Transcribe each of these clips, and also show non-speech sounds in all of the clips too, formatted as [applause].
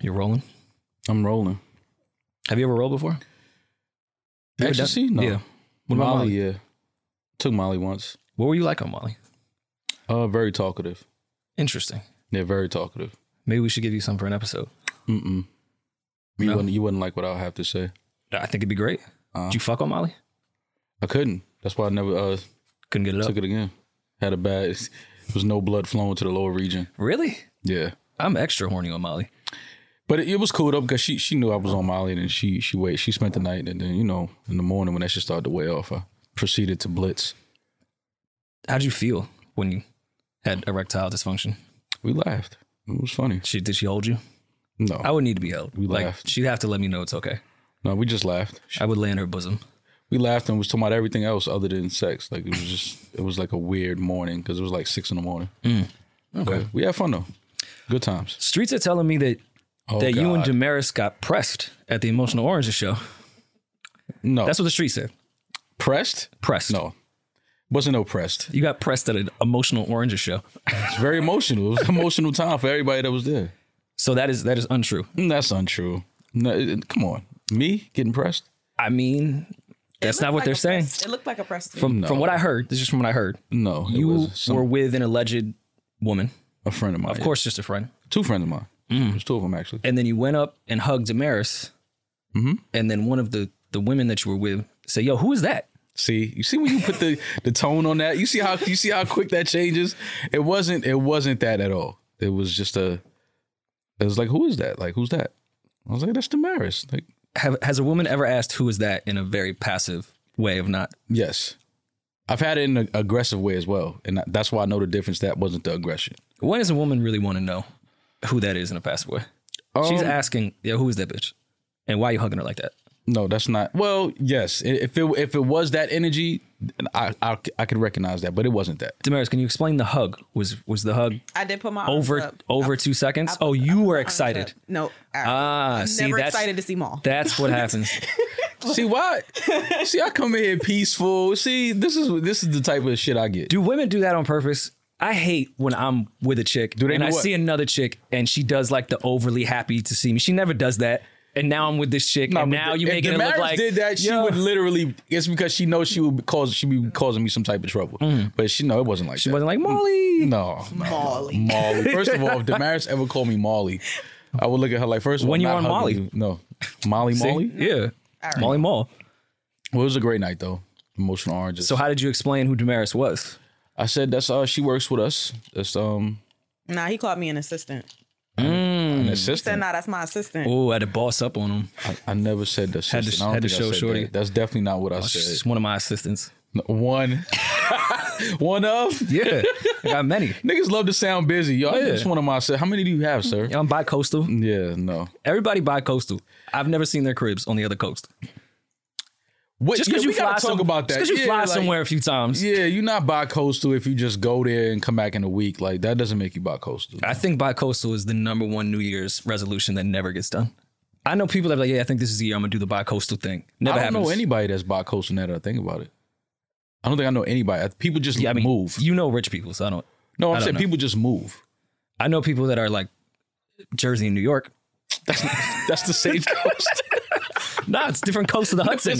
You're rolling. I'm rolling. Have you ever rolled before? You ever done- Ecstasy? No. Yeah. What about Molly, Molly? yeah. Took Molly once. What were you like on Molly? Uh, very talkative. Interesting. Yeah, very talkative. Maybe we should give you some for an episode. Mm-mm. You, No. wouldn't, you wouldn't like what I have to say. I think it'd be great. Uh. Did you fuck on Molly? I couldn't. That's why I never uh, Couldn't get it up. took it again. Had a bad, [laughs] there was no blood flowing to the lower region. Really? Yeah. I'm extra horny on Molly. But it, it was cool though because she she knew I was on Molly and she she wait she spent the night and then you know in the morning when that shit started to wear off I proceeded to blitz. How'd you feel when you had erectile dysfunction? We laughed. It was funny. She did she hold you? No, I would need to be held. Oh. We like laughed. she'd have to let me know it's okay. no, we just laughed. She- I would lay in her bosom. We laughed and was talking about everything else other than sex. Like it was just it was like a weird morning because it was like six in the morning. Mm. Okay. But we had fun though. Good times. Streets are telling me that Oh, that you and God. Damaris got pressed at the Emotional Oranges show. no That's what the streets said. pressed. Pressed. No, wasn't no pressed. You got pressed at an Emotional Oranges show. It's very emotional. It was an emotional time for everybody that was there. So that is that is untrue. Mm, That's untrue. No, it- it- come on, me getting pressed. I mean, that's not what they're saying. It looked like a press. From from what I heard, this is from what I heard. No, it You was some, Oh, were with an alleged woman, a friend of mine. of course, Mm. just a friend. two friends of mine. There's two of them actually. And then you went up and hugged Damaris, Mm-hmm. and then one of the the women that you were with said, "Yo, who is that?" See, you see when you put the the tone on that. You see how you see how quick that changes. It wasn't it wasn't that at all. It was just a. It was like who is that? Like who's that? I was like that's Damaris. Like Have, has a woman ever asked who is that in a very passive way of not? yes, I've had it in an aggressive way as well, and that- that's why I know the difference. That wasn't the aggression. When does a woman really want to know who that is in a passive way? She's Um, asking, "Yo, who is that bitch?" And why are you hugging her like that? No, that's not. Well, yes, i- if it if it was that energy, I I, I could recognize that, but it wasn't that. Damaris, can you explain the hug? Was was the hug I did put my arms over up. over two seconds? oh, you were Arms excited. up. No, I, Ah, I'm see, never that's excited to see Maul. that's what happens. See why? see, I come in here peaceful. See, this is this is the type of shit I get. do women do that on purpose? I hate when I'm with a chick they and do I what? see another chick and she does like the overly happy to see me. She never does that. And now I'm with this chick, Nah, and but now you if making it Damaris look like did that. She Yo. would literally. It's because she knows she would be cause she be causing me some type of trouble. But she no, it wasn't like Mm. She that. wasn't like Molly. no, no, Molly. Molly. First of all, if Damaris ever called me Molly, I would look at her like first. Of all, When you not on hugging Molly? you. no, Molly, See? Molly. yeah, Molly Mall. Well, it was a great night though. Emotional oranges. So how did you explain who Damaris was? I said that's uh she works with us. That's um nah, he called me an assistant. an Mm. Said, assistant. nah, that's my assistant. Oh, I had to boss up on him. I, I never said the assistant. I don't had to think I show said Shorty. Oh, that. That's definitely not what I She's said. one of my assistants. No, One, [laughs] one of Yeah, I got many. niggas love to sound busy. Y'all, Yeah. just one of my. assi- How many do you have, sir? Yeah, I'm bi-coastal. Yeah, no. Everybody bi-coastal. I've never seen their cribs on the other coast. What, Just because yeah, you we gotta fly talk some- about that. Just 'cause you Yeah, fly like- somewhere a few times. Yeah, you're not bi-coastal if you just go there and come back in a week. Like that doesn't make you bi-coastal. I think bi-coastal is the number one New Year's resolution that never gets done. I know people that are like, yeah, I think this is the year I'm gonna do the bi-coastal thing. Never I don't happens. know anybody that's bi-coastal now that I think about it. I don't think I know anybody. I- People just Yeah, I mean, move. You know rich people, so I don't. no, I I'm don't saying know. people just move. I know people that are like Jersey and New York. That's [laughs] the same coast. [laughs] Nah, it's different coast of the Hudson.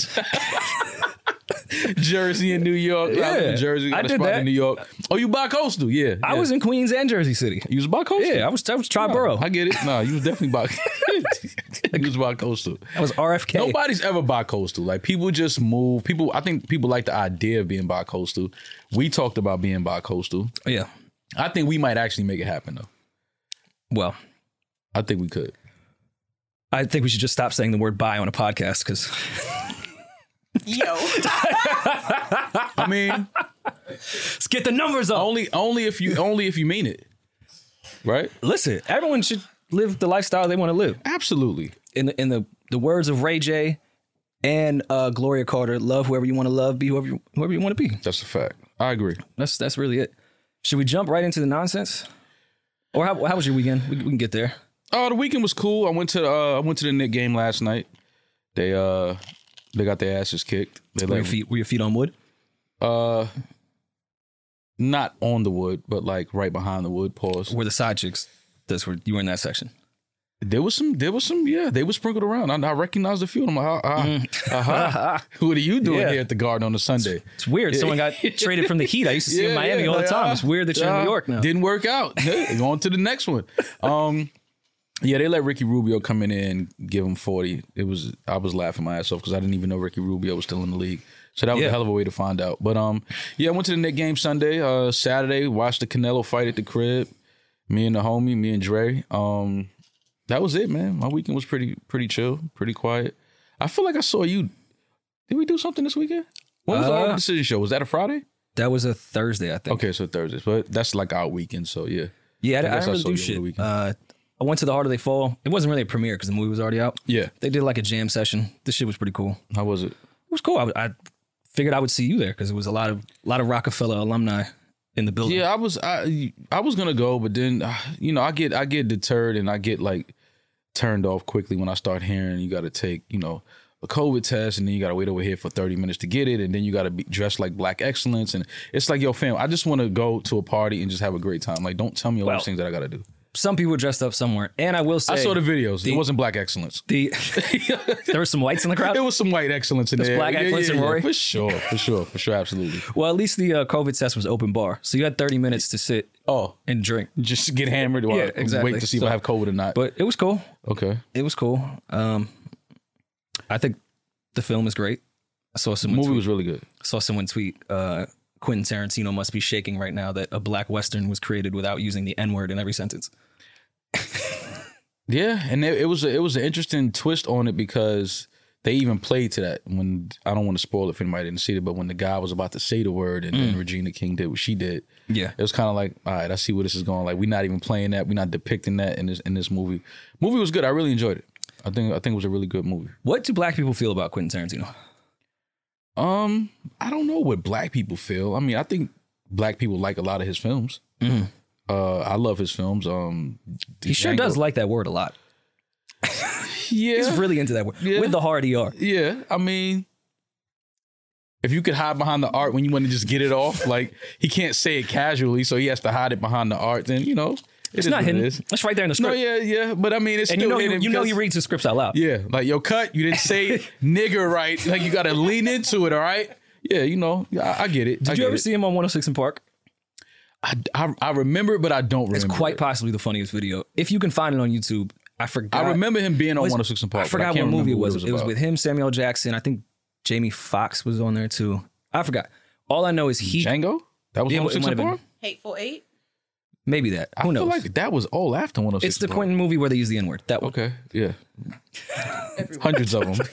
Jersey and New York. Yeah, I live Yeah, in Jersey. Got I a did spot that. in New York. Oh, you bi-coastal? Yeah. I yeah. was in Queens and Jersey City. You was bi-coastal. Yeah, I was. I was Triborough. I get it. No, you was definitely [laughs] bi. [laughs] you was bi-coastal. I was RFK. Nobody's ever bi-coastal. Like people just move. People, I think people like the idea of being bi-coastal. We talked about being bi-coastal. Yeah. I think we might actually make it happen though. Well, I think we could. I think we should just stop saying the word "bi" on a podcast because Yo, I mean, let's get the numbers up. only only if you only if you mean it, right? Listen, everyone should live the lifestyle they want to live. Absolutely. in the in the, the words of Ray J and uh, Gloria Carter, love whoever you want to love, be whoever you, whoever you want to be. That's a fact. I agree. That's that's really it. Should we jump right into the nonsense? Or how, how was your weekend? We, we can get there. Oh, the weekend was cool. I went to uh, I went to the Nick game last night. They uh they got their asses kicked. They Were your like feet were your feet on wood? uh not on the wood, but like right behind the wood. Pause. Were the side chicks? That's where you were in that section. There was some, there was some, yeah, they were sprinkled around. I, I recognized a few of them. Ah, ah, aha. What are you doing Yeah. here at the Garden on a Sunday? It's weird. Someone [laughs] got traded from the Heat. I used to see in Yeah, Miami yeah, all the like, time. ah, it's weird that you're in ah, New York now. Didn't work out. [laughs] Yeah, on to the next one. Um, yeah, they let Ricky Rubio come in and give him forty. It was I was laughing my ass off because I didn't even know Ricky Rubio was still in the league. So that was Yeah. a hell of a way to find out. But um, yeah, I went to the Knicks game Sunday, uh, Saturday. Watched the Canelo fight at the crib. Me and the homie, me and Dre. Um, that was it, man. My weekend was pretty pretty chill, pretty quiet. I feel like I saw you. Did we do something this weekend? When was the Uh, Harlem Decision Show? Was that a Friday? that was a Thursday, I think. Okay, so Thursdays, but that's like our weekend. So yeah, Yeah, I, I, guess didn't really I do saw you over the shit. weekend. Uh, I went to the Heart of They Fall. It wasn't really a premiere because the movie was already out. yeah. They did like a jam session. This shit was pretty cool. How was it? It was cool. I, I figured I would see you there because it was a lot of a lot of Rockefeller alumni in the building. Yeah, I was I I was gonna go, but then ah, you know I get I get deterred and I get like turned off quickly when I start hearing you got to take you know a COVID test and then you got to wait over here for thirty minutes to get it and then you got to be dressed like black excellence and it's like yo fam, I just want to go to a party and just have a great time. Like don't tell me all Well, those things that I got to do. Some people were dressed up somewhere, and I will say I saw the videos. it wasn't black excellence. [laughs] the there were some whites in the crowd. It was some white excellence in That's there. black excellence and Rory. for sure, for sure, for sure, absolutely. Well, at least the uh, COVID test was open bar, so you had 30 minutes to sit Oh, and drink. just get hammered or Yeah, wait exactly. to see if So- I have COVID or not. But it was cool. okay. It was cool. Um, I think the film is great. I saw The someone movie tweet, was really good. saw someone tweet uh, Quentin Tarantino must be shaking right now that a black western was created without using the N word in every sentence. Yeah, and it, it was a, it was an interesting twist on it because they even played to that when I don't want to spoil it if anybody didn't see it, but when the guy was about to say the word and Mm. then Regina King did what she did, Yeah, it was kind of like, all right, I see where this is going. Like we're not even playing that, we're not depicting that in this in this movie. Movie was good. I really enjoyed it. I think I think it was a really good movie. what do black people feel about Quentin Tarantino? Um, I don't know what black people feel. I mean, I think black people like a lot of his films. Uh, I love his films. Um, Mm-hmm. He sure Django- does like that word a lot. Yeah, He's really into that word Yeah. with the hard er. yeah. I mean, if you could hide behind the art when you want to just get it off, like he can't say it casually, so he has to hide it behind the art. Then you know, It's not hidden. It It's is. right there in the No, script. yeah, yeah. But I mean, it's and you know, still you, hidden you know, because- he reads the scripts out loud. Yeah, like yo, cut. You didn't say [laughs] nigger right. Like you got to lean into it. All right. Yeah, you know, yeah, I, I get it. I Did you get ever it. see him on 106 in Park? I, I, I remember it, but I don't remember. It's it. quite possibly the funniest video. If you can find it on YouTube, I forgot. I remember him being on was- 106 and Park. I but forgot can't what movie remember it what was. It was, about. with him, Samuel L. Jackson. I think Jamie Foxx was on there too. I forgot. All I know is he Django. That was Yeah, it 106 might and have Park. [laughs] Hateful Eight. maybe that. I Who feel knows? like that was all after 106. it's the and Park. Quentin movie where they use the N word. That one. Okay, yeah. Hundreds of them.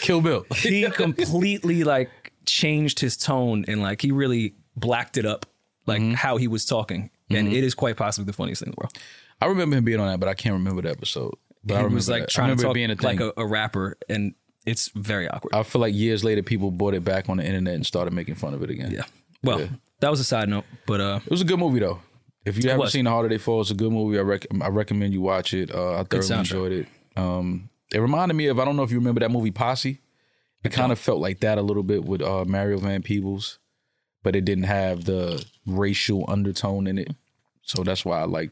Kill Bill. [laughs] He completely like changed his tone and like he really blacked it up, like Mm-hmm. how he was talking. And it is quite possibly the funniest thing in the world. I remember him being on that, but I can't remember the episode. But I he remember was like that. I trying to remember talk it being a thing. Oh. like a, a rapper, and it's very awkward. I feel like years later, people bought it back on the internet and started making fun of it again. yeah. Well, that was a side note, but uh, It was a good movie though. If you haven't was. seen The Harder They Fall, it's a good movie. I, rec- I recommend you watch it. Uh, I thoroughly soundtrack. enjoyed it. Um, it reminded me of I don't know if you remember that movie Posse. It kind of felt like that a little bit with uh, Mario Van Peebles, but it didn't have the racial undertone in it. So that's why I like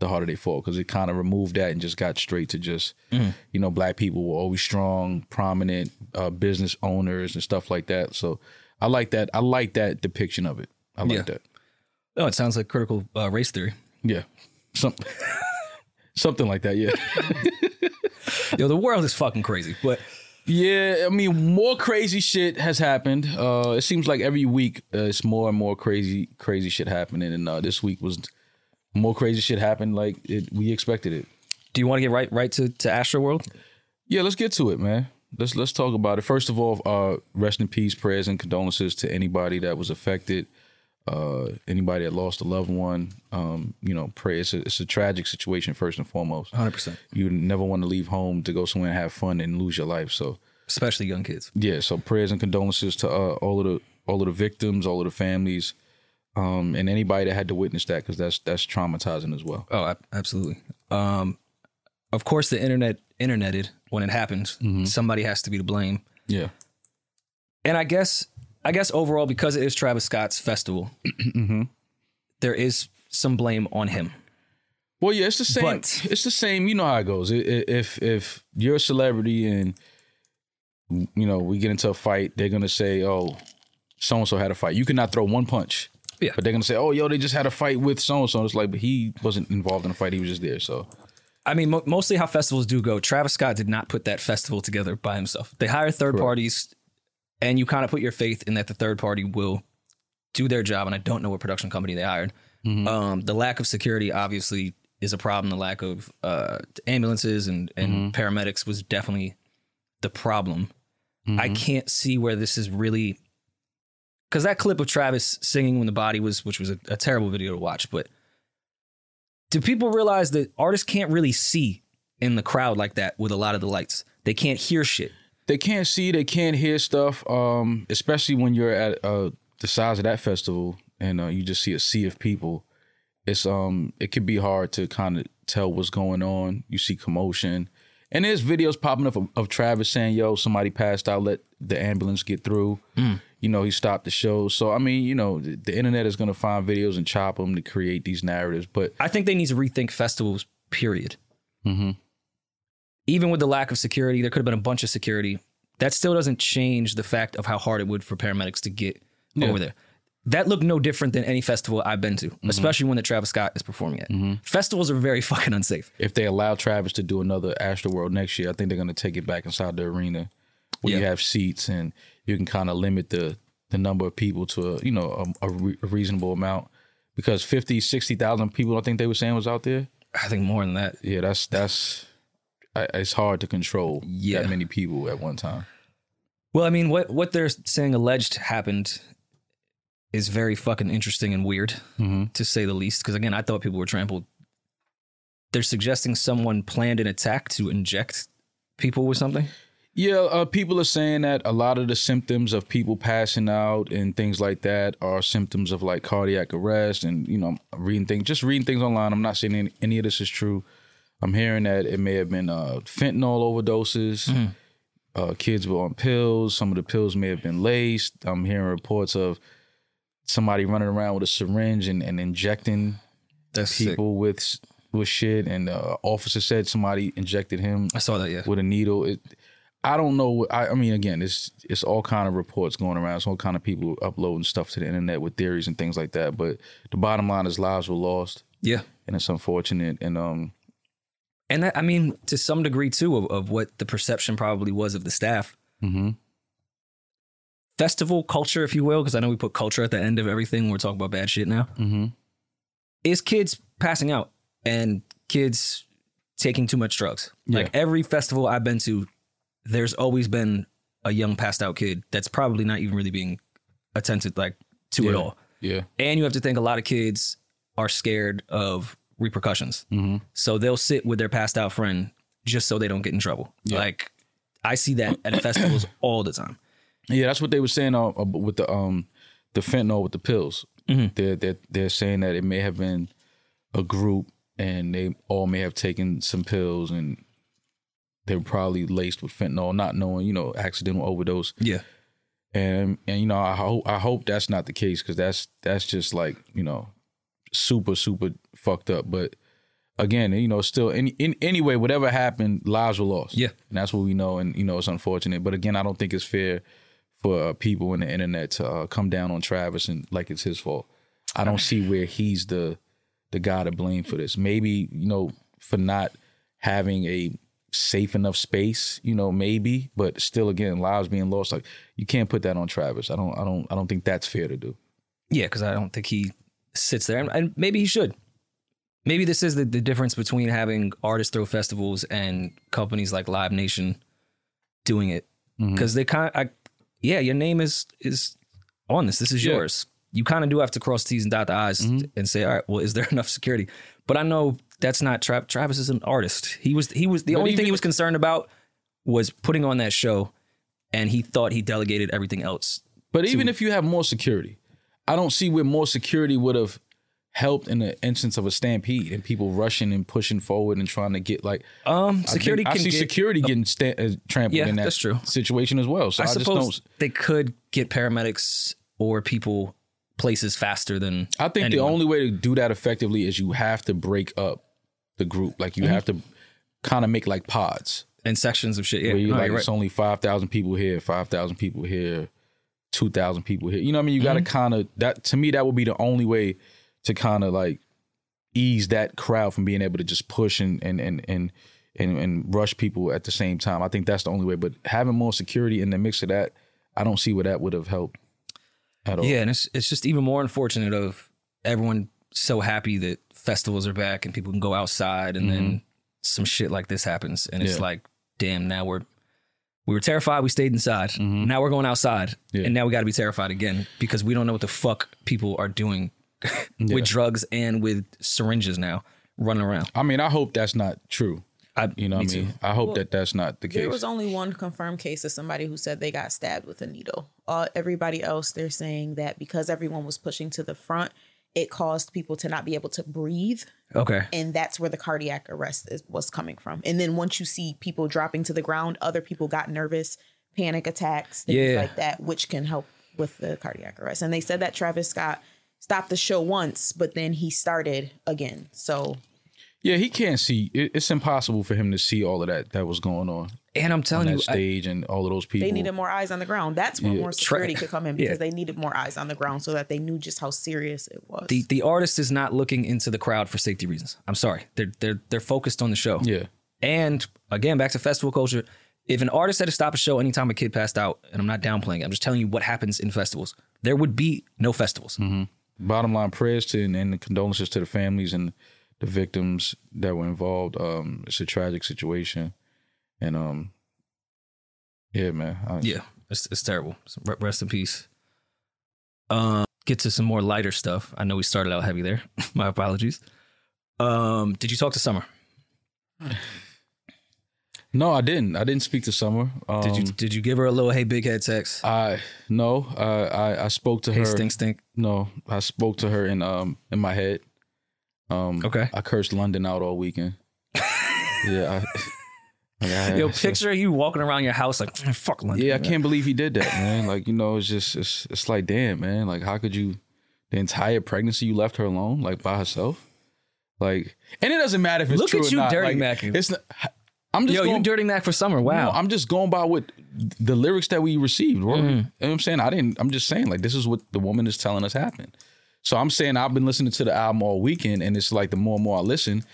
The Harder They Fall because it kind of removed that and just got straight to just Mm. you know black people were always strong, prominent uh, business owners and stuff like that. So I like that. I like that depiction of it. I like Yeah. that. oh, it sounds like critical uh, race theory. Yeah. Some, [laughs] something like that. Yeah. Yo, the world is fucking crazy, but Yeah. I mean, more crazy shit has happened. Uh, it seems like every week uh, it's more and more crazy, crazy shit happening. And uh, this week was more crazy shit happened. Like it, we expected it. do you want to get right right to to Astro World? Yeah. Let's get to it, man. Let's let's talk about it. First of all, uh, rest in peace, prayers and condolences to anybody that was affected. Uh, anybody that lost a loved one, um, you know, pray. It's a, it's a tragic situation first and foremost. Hundred percent, you never want to leave home to go somewhere and have fun and lose your life. So especially young kids. yeah, so prayers and condolences to uh, all of the all of the victims, all of the families, um, and anybody that had to witness that because that's that's traumatizing as well. Oh, ab- absolutely. Um, of course, the internet interneted when it happens. Mm-hmm. Somebody has to be to blame, Yeah, [clears throat] and I guess I guess overall because it is Mm-hmm. Travis Scott's festival, there is some blame on him. Well, yeah, it's the same. But- it's the same. You know how it goes. I- i- If if you're a celebrity and you know we get into a fight, they're gonna say, "Oh, so and so had a fight." You cannot throw one punch. Yeah. But they're gonna say, "Oh, yo, they just had a fight with so and so." It's like, but he wasn't involved in a fight. He was just there. So I mean, mo- mostly how festivals do go. Travis Scott did not put that festival together by himself. They hire third parties, and you kind of put your faith in that the third party will do their job. And I don't know what production company they hired. Um, the lack of security obviously is a problem. The lack of uh, ambulances and and paramedics was definitely the problem. I Mm-hmm. can't see where this is really because that clip of Travis singing when the body was, which was a, a terrible video to watch, but do people realize that artists can't really see in the crowd like that with a lot of the lights? They can't hear shit. they can't see, they can't hear stuff. Um, especially when you're at uh, the size of that festival and uh, you just see a sea of people. It's um, it could be hard to kind of tell what's going on. You see commotion, and there's videos popping up of, of Travis saying, "Yo, somebody passed out. Let the ambulance get through." You know, he stopped the show. So I mean, you know, the, the internet is gonna find videos and chop them to create these narratives. But I think they need to rethink festivals, period. Even with the lack of security, there could have been a bunch of security. That still doesn't change the fact of how hard it would for paramedics to get over there. That looked no different than any festival I've been to, especially one that Travis Scott is performing at. Festivals are very [laughs] fucking unsafe. if they allow Travis to do another Astroworld next year, I think they're going to take it back inside the arena where you Yeah. have seats and you can kind of limit the the number of people to a, you know a, a re- a reasonable amount because 50 60,000 people I think they were saying was out there. I think more than that. Yeah, that's that's I, it's hard to control Yeah. that many people at one time. Well, I mean, what what they're saying alleged happened is very fucking interesting and weird, to say the least. Because again, I thought people were trampled. They're suggesting someone planned an attack to inject people with something. Yeah, uh, people are saying that a lot of the symptoms of people passing out and things like that are symptoms of like cardiac arrest and you know I'm reading things. Just reading things online. I'm not saying any, any of this is true. I'm hearing that it may have been uh, fentanyl overdoses. Uh, kids were on pills. Some of the pills may have been laced. I'm hearing reports of somebody running around with a syringe and, and injecting That's people with s- with shit. And uh, officer said somebody injected him I saw that. Yeah, with a needle. It, I don't know. what- I, I mean, again, it's it's all kind of reports going around. It's all kind of people uploading stuff to the internet with theories and things like that. But the bottom line is lives were lost, yeah. and it's unfortunate. And um, And that, I mean, to some degree too, of, of what the perception probably was of the staff. Mhm. Festival culture, if you will, because I know we put culture at the end of everything when we're talking about bad shit now. Is kids passing out and kids taking too much drugs? Like every festival I've been to, there's always been a young passed out kid that's probably not even really being attentive like to at Yeah. all. yeah, And you have to think a lot of kids are scared of repercussions. So they'll sit with their passed out friend just so they don't get in trouble. Like I see that at festivals all the time. yeah, that's what they were saying uh, uh, with the um the fentanyl with the pills. They're, they're they're saying that it may have been a group, and they all may have taken some pills, and they were probably laced with fentanyl, not knowing, you know, accidental overdose. Yeah. and and you know I hope I hope that's not the case because that's that's just like you know super super fucked up. But again, you know, still in in anyway, whatever happened, lives were lost. Yeah. and that's what we know, and you know it's unfortunate. But again, I don't think it's fair for uh, people in the internet to uh, come down on Travis and like it's his fault. I don't see where he's the the guy to blame for this. Maybe you know for not having a safe enough space, you know, maybe, but still again, lives being lost. Like you can't put that on Travis. I don't I don't I don't think that's fair to do. Yeah, because I don't think he sits there, and, and maybe he should. Maybe this is the, the difference between having artists throw festivals and companies like Live Nation doing it, Mm-hmm. because they kind of, yeah, your name is is on this. This is Yeah. Mm-hmm. yours. You kind of do have to cross T's and dot the I's and say, all right, well, is there [laughs] enough security? But I know that's not Tra- Travis is an artist. He was he was the only thing even- he was concerned about was putting on that show, and he thought he delegated everything else. But even if you have more security, I don't see where more security would have helped in the instance of a stampede and people rushing and pushing forward and trying to get like Um, I think- security I, can see get security getting sta- uh, trampled Yeah, in that that's true. situation as well. So I, I, just don't. suppose they could get paramedics or people places faster than I think the anyone. only way to do that effectively is you have to break up the group. Like Mm-hmm. you have to kind of make like pods and sections of shit. Yeah, where you no, like you're right. it's only five thousand people here, five thousand people here, two thousand people here. You know what I mean? You got to Mm-hmm. kind of that. To me, that would be the only way to kind of like ease that crowd from being able to just push and and and and. And, and rush people at the same time. I think that's the only way. But having more security in the mix of that, I don't see where that would have helped at all. Yeah, and it's it's just even more unfortunate of everyone so happy that festivals are back and people can go outside and then some shit like this happens and it's Mm-hmm. Yeah. like damn now we're we were terrified we stayed inside now we're going outside Mm-hmm. Yeah. and now we got to be terrified again because we don't know what the fuck people are doing [laughs] Yeah. with drugs and with syringes now running around I mean, I hope that's not true. I, You know me what I too. mean? I hope Well, that that's not the There case. was only one confirmed case of somebody who said they got stabbed with a needle. Uh, everybody else, they're saying that because everyone was pushing to the front, it caused people to not be able to breathe, okay and that's where the cardiac arrest is, was coming from. And then once you see people dropping to the ground, other people got nervous, panic attacks, things Yeah. like that, which can help with the cardiac arrest. And they said that Travis Scott stopped the show once, but then he started again. So yeah, he can't see. It, it's impossible for him to see all of that that was going on and i'm on telling that you I- stage and all of those people. they needed more eyes on the ground. That's when more security could come [laughs] in Yeah. because they needed more eyes on the ground so that they knew just how serious it was. the, the artist is not looking into the crowd for safety reasons i'm sorry they're they're they're focused on the show yeah, And again, back to festival culture. If an artist had to stop a show anytime a kid passed out, and I'm not downplaying it, I'm just telling you what happens in festivals. There would be no festivals. Hmm. bottom line prayers to and, and condolences to the families and the victims that were involved um it's a tragic situation and um yeah man I- Yeah, it's, it's terrible. So re- Rest in peace. Um, get to some more lighter stuff. I know we started out heavy there. [laughs] My apologies. Um, did you talk to Summer? no i didn't i didn't speak to summer um, Did you did you give her a little hey big head text? i no i i, I spoke to hey her stink stink. no i spoke to her in um in my head um Okay. i cursed london out [laughs] all weekend yeah I, like, I- [laughs] Yo, picture you walking around your house like "Mm, fuck London. Yeah, I can't believe he did that, man. Like, you know, it's just it's it's like, damn, man. Like, how could you the entire pregnancy you left her alone, like by herself? Like, and it doesn't matter if it's Look true at or you not. dirty like, macking. It's not, I'm just Yo, you going, dirty Mac for Summer. Wow. Mm. no, I'm just going by what the lyrics that we received. Bro. You know what I'm saying? I didn't I'm just saying, like, this is what the woman is telling us happened. So I'm saying I've been listening to the album all weekend, and it's like the more and more I listen,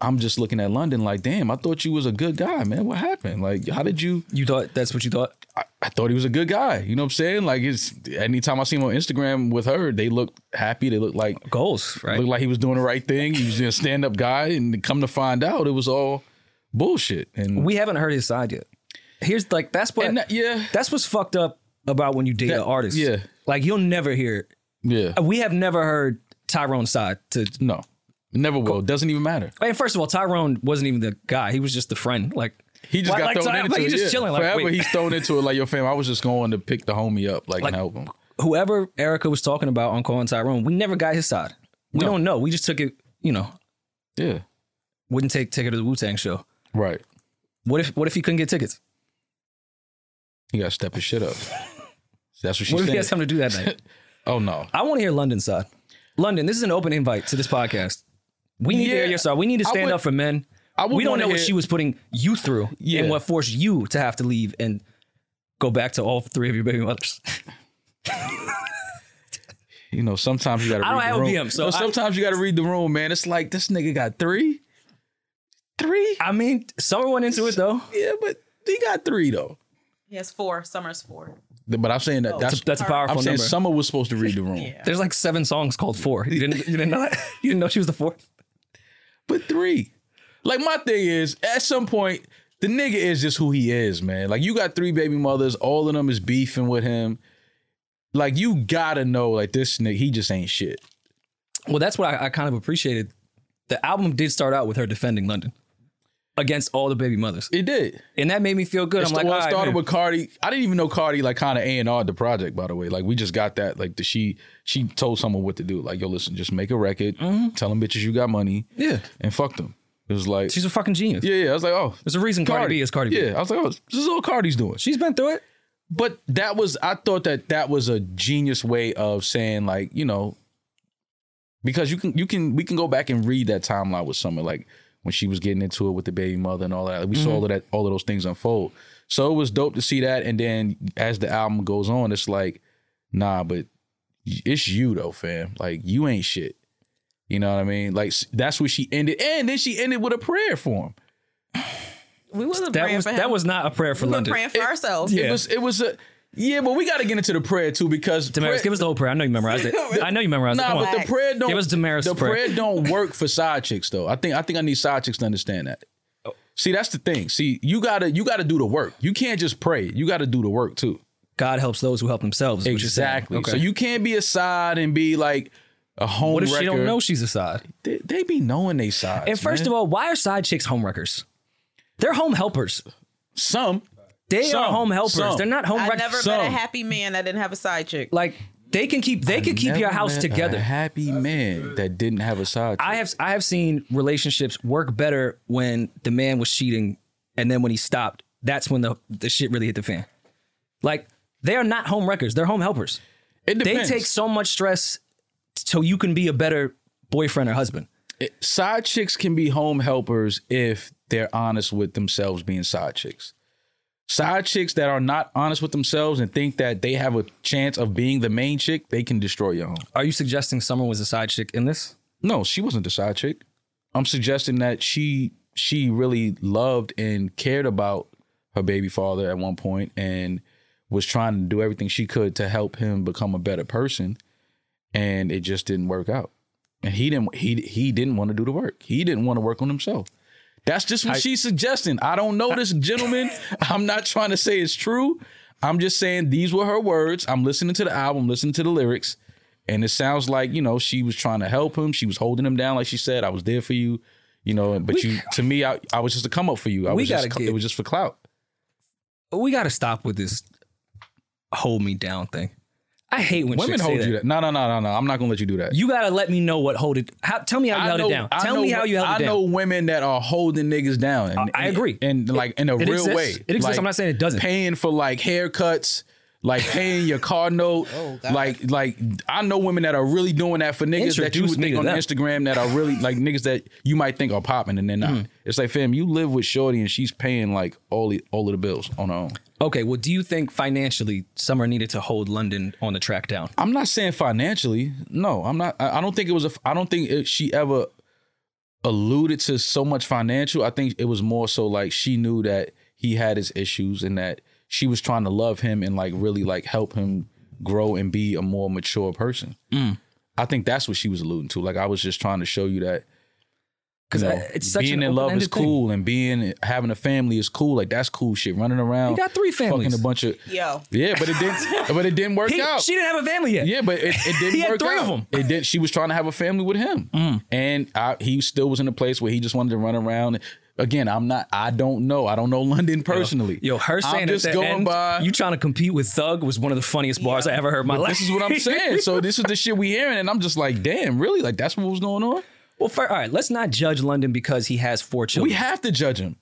I'm just looking at London like, damn, I thought you was a good guy, man. What happened? Like, how did you you thought that's what you thought? I, I thought he was a good guy. You know what I'm saying? Like it's anytime I see him on Instagram with her, they look happy. They look like Goals, right? look like he was doing the right thing. He was a stand up guy, and come to find out, it was all bullshit. And, we haven't heard his side yet. Here's like that's what and that- yeah, that's what's fucked up about when you date That- an artist. yeah. like you'll never hear. yeah, We have never heard Tyrone's side. To no, never will. Doesn't even matter. and first of all, Tyrone wasn't even the guy. He was just the friend. Like He just Why- got like, thrown so- into like, it. he's just yeah. chilling, like, Forever wait. he's thrown into it. Like your fam, I was just going to pick the homie up, like, and help him. whoever Erica was talking about on calling Tyrone, we never got his side. We No. don't know. We just took it. You know, Yeah, wouldn't take ticket to the Wu Tang show. right. What if what if he couldn't get tickets? He got to step his [laughs] shit up. That's what she What if he said. has something to do that night? oh no, I want to hear London's side. London, this is an open invite to this podcast. We need to hear Yeah. your side. We need to I stand would- up for men. I would we don't wanna know what hear- she was putting you through Yeah. and what forced you to have to leave and go back to all three of your baby mothers. You know, sometimes you gotta I read don't the have room. BM, so No, I- sometimes you gotta read the room, man. It's like this nigga got three. Three? I mean, someone went into it though. Yeah, but he got three though. he has four. Summer's four. But I'm saying that that's, Oh, That's a I'm powerful saying number. Summer was supposed to read [laughs] the room. Yeah. There's like seven songs called Four. You didn't, you didn't know that? You didn't know she was the fourth? But three. Like my thing is, at some point, the nigga is just who he is, man. Like you got three baby mothers, all of them is beefing with him. Like you gotta know, like this nigga, he just ain't shit. Well, that's what I, I kind of appreciated. The album did start out with her defending London against all the baby mothers. It did. And that made me feel good. I'm St- like, well, all I right, started man. with Cardi. I didn't even know Cardi like kind of A and R the project. By the way, like we just got that. Like the, she she told someone what to do. Like yo, listen, just make a record. Mm-hmm. Tell them bitches you got money. Yeah. and fuck them. It was like she's a fucking genius. yeah, yeah. I was like oh. There's a reason Cardi, B is Cardi B. yeah, I was like, oh, this is all Cardi's doing. She's been through it. But that was, I thought that that was a genius way of saying, like, you know, because you can, you can, we can go back and read that timeline with Summer. Like, when she was getting into it with the baby mother and all that. We saw Mm-hmm. all of that, all of those things unfold. So it was dope to see that. And then as the album goes on, it's like, nah, but it's you though, fam. Like you ain't shit. You know what I mean? Like s- that's where she ended, and then she ended with a prayer for him. We wasn't That praying was for him. that was not a prayer for we were London. praying for ourselves. It was, it was a, yeah, but we got to get into the prayer too because Damaris, prayer- give us the whole prayer. I know you memorized [laughs] it. I know you memorized it. Nah, Come but on. the prayer don't Give us Damaris' The prayer. prayer don't work for side chicks though. I think I think I need side chicks to understand that. Oh. See, that's the thing. See, you gotta you gotta do the work. You can't just pray. You gotta do the work too. God helps those who help themselves. is what you're saying. Exactly. Okay. So you can't be a side and be like a home. What if she don't wrecker. know she's a side? They, they be knowing they sides. And first man. of all, why are side chicks home wreckers? They're home helpers. some They are Some. home helpers. Some. They're not home I wreckers. never met some. a happy man that didn't have a side chick. like they can keep they can keep your Never house met together. A happy man that didn't have a side. I have I have seen relationships work better when the man was cheating, and then when he stopped, that's when the the shit really hit the fan. Like they are not home wreckers; they're home helpers. it They depends. take so much stress so you can be a better boyfriend or husband. It- side chicks can be home helpers if they're honest with themselves being side chicks. Side chicks that are not honest with themselves and think that they have a chance of being the main chick, they can destroy your home. Are you suggesting someone was a side chick in this? No, she wasn't the side chick. I'm suggesting that she she really loved and cared about her baby father at one point and was trying to do everything she could to help him become a better person and it just didn't work out. And he didn't he he didn't want to do the work. He didn't want to work on himself. That's just what she's suggesting. I don't know [laughs] this gentleman. I'm not trying to say it's true. I'm just saying these were her words. I'm listening to the album, listening to the lyrics, and it sounds like, you know, she was trying to help him. She was holding him down like she said, I was there for you, you know, but you to me I, I was just a come up for you. I We was just gotta it get- was just for clout. We got to stop with this hold me down thing. I hate when Women chicks say hold that. you that. No, no, no, no, no. I'm not going to let you do that. You gotta let me know what hold it. How, tell me how you I held know- it down. I Tell know me how wo- you held I it down. know women that are holding niggas down. And, I agree. And, like in a It real exists. way. It exists. Like, I'm not saying it doesn't. Paying for like haircuts, like paying your car note. like like I know women that are really doing that for niggas that you Introduce would me think to on them. Instagram that are really like niggas that you might think are popping and they're not. Mm. It's like fam, you live with Shorty and she's paying like all the, all of the bills on her own. Okay, well, do you think financially Summer needed to hold London on the track down? I'm not saying financially. No, I'm not. I I don't think it was a. I don't think it, she ever alluded to so much financial. I think it was more so like she knew that he had his issues and that she was trying to love him and like really like help him grow and be a more mature person. Mm. I think that's what she was alluding to. Like I was just trying to show you that Because you know, uh, it's such being an in love is open-ended thing. cool and being having a family is cool. Like that's cool shit. Running around, You got three fucking families. a bunch of Yo, yeah, but it [laughs] didn't. but it didn't work He- out. she didn't have a family yet. Yeah, but it, it [laughs] didn't He had work three out. of Mm. 'em. It did. She was trying to have a family with him, and I, he still was in a place where he just wanted to run around. Again, I'm not. I don't know. I don't know [laughs] London personally. Yo, her saying I'm at just the going end, by. you trying to compete with Thug was one of the funniest bars I ever heard in my life. this is [laughs] what I'm saying. so this is the shit we hearing, and I'm just like, damn, really? Like that's what was going on. well, fir- all right, let's not judge London because he has four children. We have to judge him.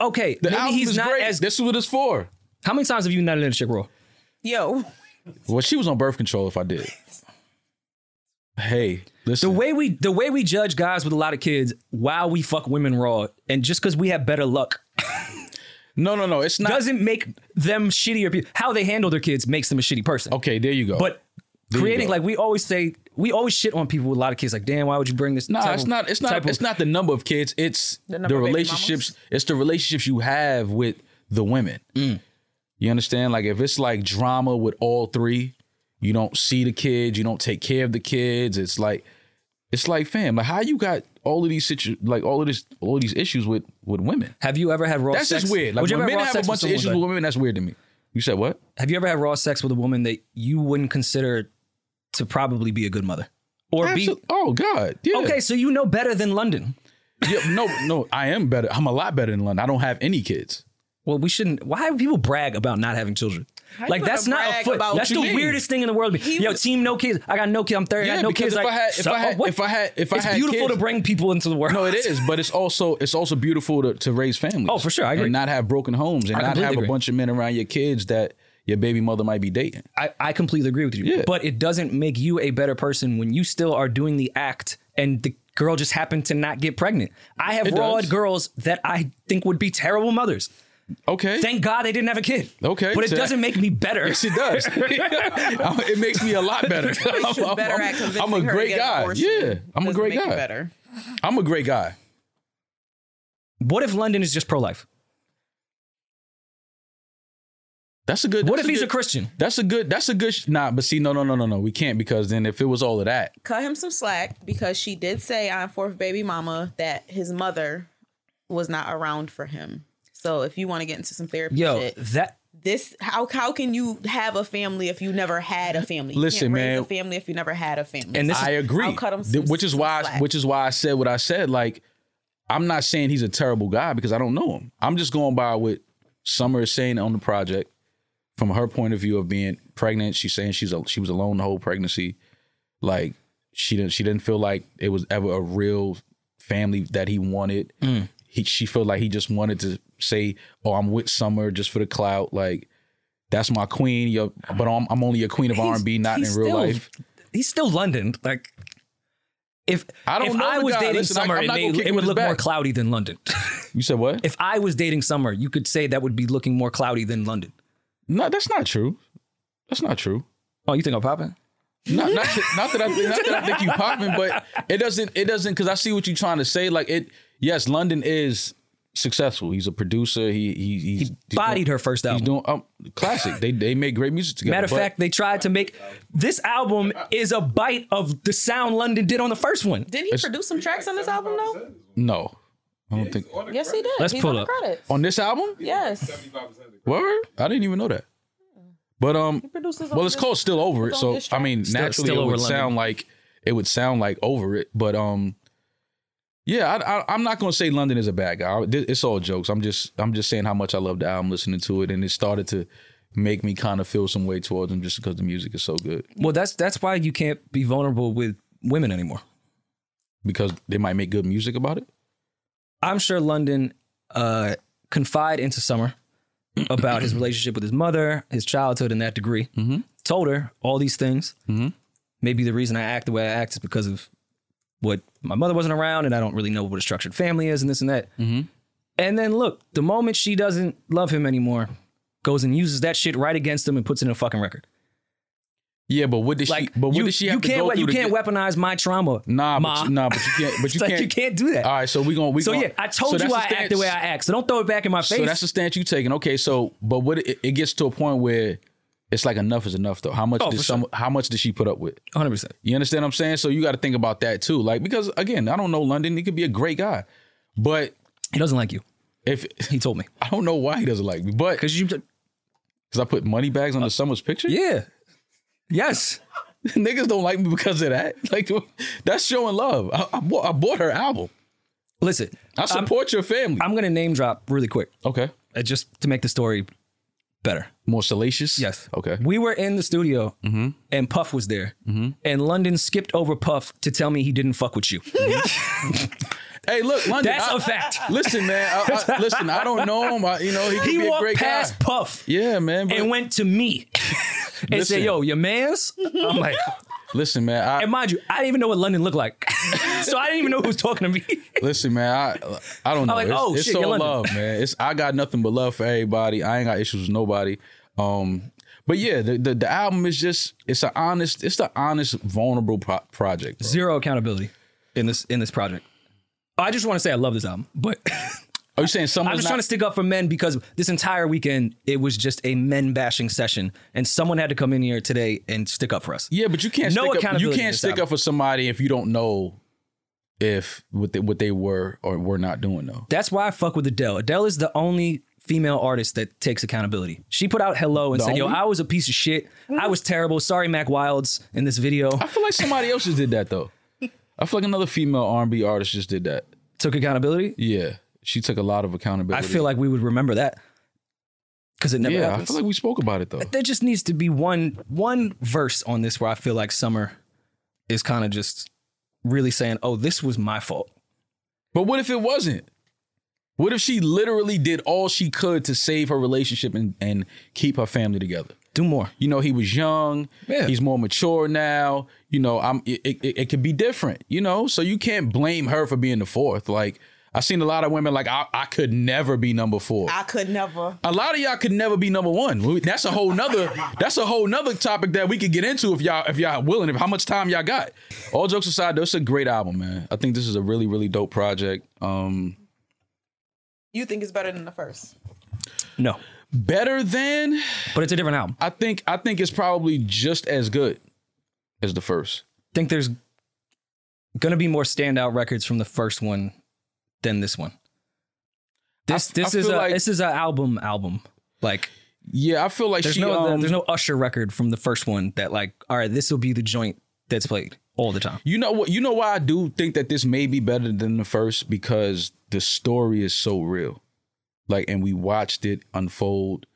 okay, The maybe album he's is not great. as. This is what it's for. How many times have you not in a chick roll? yo, Well, she was on birth control. If [laughs] I did, hey, listen. The way we the way we judge guys with a lot of kids, wow, we fuck women raw, and just because we have better luck no, no, no. It's not. doesn't make them shittier people. How they handle their kids makes them a shitty person. okay, there you go. But you creating go. like we always say, we always shit on people with a lot of kids. Like, damn, why would you bring this? No, type it's of- not. It's type not. of- It's not the number of kids. It's the, number of baby relationships. It's the relationships you have with the women. Mm. You understand? Like if it's like drama with all three, you don't see the kids. You don't take care of the kids. It's like, it's like fam. Like how you got all of these situ- like all of this, all these issues with with women. Have you ever had raw? That's sex? just weird. Like Would you when ever men raw have a sex bunch of someone issues that- with women. That's weird to me. You said what? have you ever had raw sex with a woman that you wouldn't consider to probably be a good mother or Absol- oh God. Yeah. be? Okay, so you know better than London. Yeah, no, no. I am better. I'm a lot better than London. I don't have any kids. Well, we shouldn't. Why do people brag about not having children? you Like gonna that's not a brag foot. about That's what the you mean? weirdest thing in the world. Yo, was- team, no kids. I got no kids. I'm thirty. I Yeah, got no kids. because if like, I had- if so- I had- what? if I had- if I it's had beautiful kids- to bring people into the world. No, it is, but it's also it's also beautiful to, to raise families. Oh, for sure, I agree. And not have broken homes and I not completely have agree. a bunch of men around your kids that your baby mother might be dating. [laughs] I, I completely agree with you. Yeah. But it doesn't make you a better person when you still are doing the act and the girl just happened to not get pregnant. I have It raw does. girls that I think would be terrible mothers. Okay. Thank God they didn't have a kid. Okay, But it so- doesn't make me [laughs] better. Yes, it does. it makes me a lot better. I'm, She's better at I'm- convincing I'm a her to great get an guy. abortion. Yeah, I'm a Doesn't great make you guy. Better. I'm a great guy. What if London is just pro life? That's a good. What that's if he's good, a Christian? That's a good. That's a good. Sh- nah, but see, no, no, no, no, no. We can't because then if it was all of that, Cut him some slack because she did say on fourth baby mama that his mother was not around for him. So if you want to get into some therapy Yo, shit, that this how how can you have a family if you never had a family? You Listen, can't raise man. a family if you never had a family. and this I is, agree. I'll cut him Th- some- which is some why. slack. Which is why I said what I said. Like, I'm not saying he's a terrible guy because I don't know him. I'm just going by what Summer is saying on the project from her point of view of being pregnant. She's saying she's a, she was alone the whole pregnancy. Like she didn't she didn't feel like it was ever a real family that he wanted. Mm. He she felt like he just wanted to say, "Oh, I'm with Summer just for the clout." Like that's my queen. Yo, but I'm I'm only a queen of R and B, not in real he's still- life. He's still London. Like, if I don't if know I the was guy. dating Listen, I- Summer, I'm it, not may, gonna kick it him would in look his more back. cloudy than London. [laughs] You said what? if I was dating Summer, you could say that would be looking more cloudy than London. No, that's not true. That's not true. Oh, you think I'm popping? Not, not, that- not that I not that I think you popping, but it doesn't it doesn't because I see what you're trying to say. Like it, yes, London is successful. He's a producer. He he he's, He bodied her first He's album. doing um, classic. They they make great music together. Matter of but- fact, they tried to make this album is a bite of the sound London did on the first one. did he produce some tracks on this album though? no, I don't think Yes, he did. Let's He's pull on the up. credits. on this album. Yes, Word? I didn't even know that. But um, produces well, on it's this- called still over it. on So this I track. mean, Still- naturally, still it would over London. sound like it would sound like over it. But um, yeah, I, I, I'm not gonna say London is a bad guy. I- It's all jokes. I'm just I'm just saying how much I love the album, listening to it, and it started to make me kind of feel some way towards him just because the music is so good. Well, that's that's why you can't be vulnerable with women anymore. Because they might make good music about it. I'm sure London uh, confide into Summer about his relationship with his mother, his childhood in that degree. Mm-hmm. Told her all these things. Mhm. Maybe the reason I act the way I act is because of what my mother wasn't around, and I don't really know what a structured family is, and this and that. Mhm. And then look, the moment she doesn't love him anymore, goes and uses that shit right against him and puts it in a fucking record. Yeah, but what did Like, she? But what you, did she you have to can't go we- through? you to can't get- weaponize my trauma. Nah, ma. but, you- nah, but you [laughs] can't. But you It's like, can't. you can't do that. All right, so we gonna we so gonna, yeah, I told so you that's I the act the way I stance. act. So don't throw it back in my face. So that's the stance you taking. Okay, so but what it, it gets to a point where it's like enough is enough though. How much Oh, did for some how much did she put up with? 100. percent You understand what I'm saying? So you got to think about that too. Like because again, I don't know London, he could be a great guy. But He doesn't like you. if [laughs] He told me I don't know why he doesn't like me, but because you. cuz I put money bags on the summer's picture? Yeah. Yes. [laughs] Niggas don't like me because of that. [laughs] Like that's showing love. I, I, bought, I bought her album. Listen, I support your family. I'm gonna name drop really quick, okay. uh, just to make the story better. More salacious? Yes. Okay. We were in the studio, Mm-hmm. and Puff was there, and London skipped over Puff to tell me he didn't fuck [laughs] with you. Hey, look, London. That's I- a fact. Listen, man. I, [laughs] I, listen, I don't know him. I, you know, he could He be a walked great guy. past Puff Yeah, man. But and went to [laughs] me and Listen. said, "Yo, your man's." I'm like, listen, man. I, and mind you, I didn't even know what London looked like, [laughs] so I didn't even know who was talking to me. listen, man. I I don't know. like, it's oh, it's shit, so you're London. love, man. It's I got nothing but love for everybody. I ain't got issues with nobody. Um, but yeah, the the, the album is just it's an honest, it's the honest, vulnerable pro- project. bro. Zero accountability in this in this project. I just want to say I love this album, but. [laughs] Are you saying someone's I'm just not, trying to stick up for men because this entire weekend it was just a men bashing session, and someone had to come in here today and stick up for us. Yeah, but you can't No stick up, you accountability in can't this stick album. up for somebody if you don't know if what they, what they were or were not doing though. That's why I fuck with Adele. Adele is the only female artist that takes accountability. She put out "Hello" and The said, "Yo, only? I was a piece of shit. I was terrible. Sorry, Mac Wilds." In this video, I feel like somebody else just did that [laughs] though. I feel like another female R&B artist just did that. took accountability. Yeah, she took a lot of I accountability. feel like we would remember that because it never yeah, I happens. feel like we spoke about it though. there just needs to be one one verse on this where I feel like Summer is kind of just really saying, "Oh, this was my fault." But what if it wasn't? What if she literally did all she could to save her relationship and, and keep her family together? Do more. You know, he was young. Yeah. He's more mature now. You know, I'm. It, it, it could be different. You know, so you can't blame her for being the fourth. Like I've seen a lot of women like I, I could never be number four. I could never. a lot of y'all could never be number one. We- That's a whole nother. that's a whole nother topic that we could get into if y'all if y'all willing. If how much time y'all got. All jokes aside, though, it's a great album, man. I think this is a really really dope project. Um, You think it's better than the first? No, better than but it's a different album. I think. I think it's probably just as good as the first. think there's gonna be more standout records from the first one than this one. This I- this I is a feel like- this is an album album. Like Yeah, I feel like there's she. no um, there's no Usher record from the first one that like all right this will be the joint that's played all the time. You know what? You know why I do think that this may be better than the first because the story is so real, like, and we watched it unfold.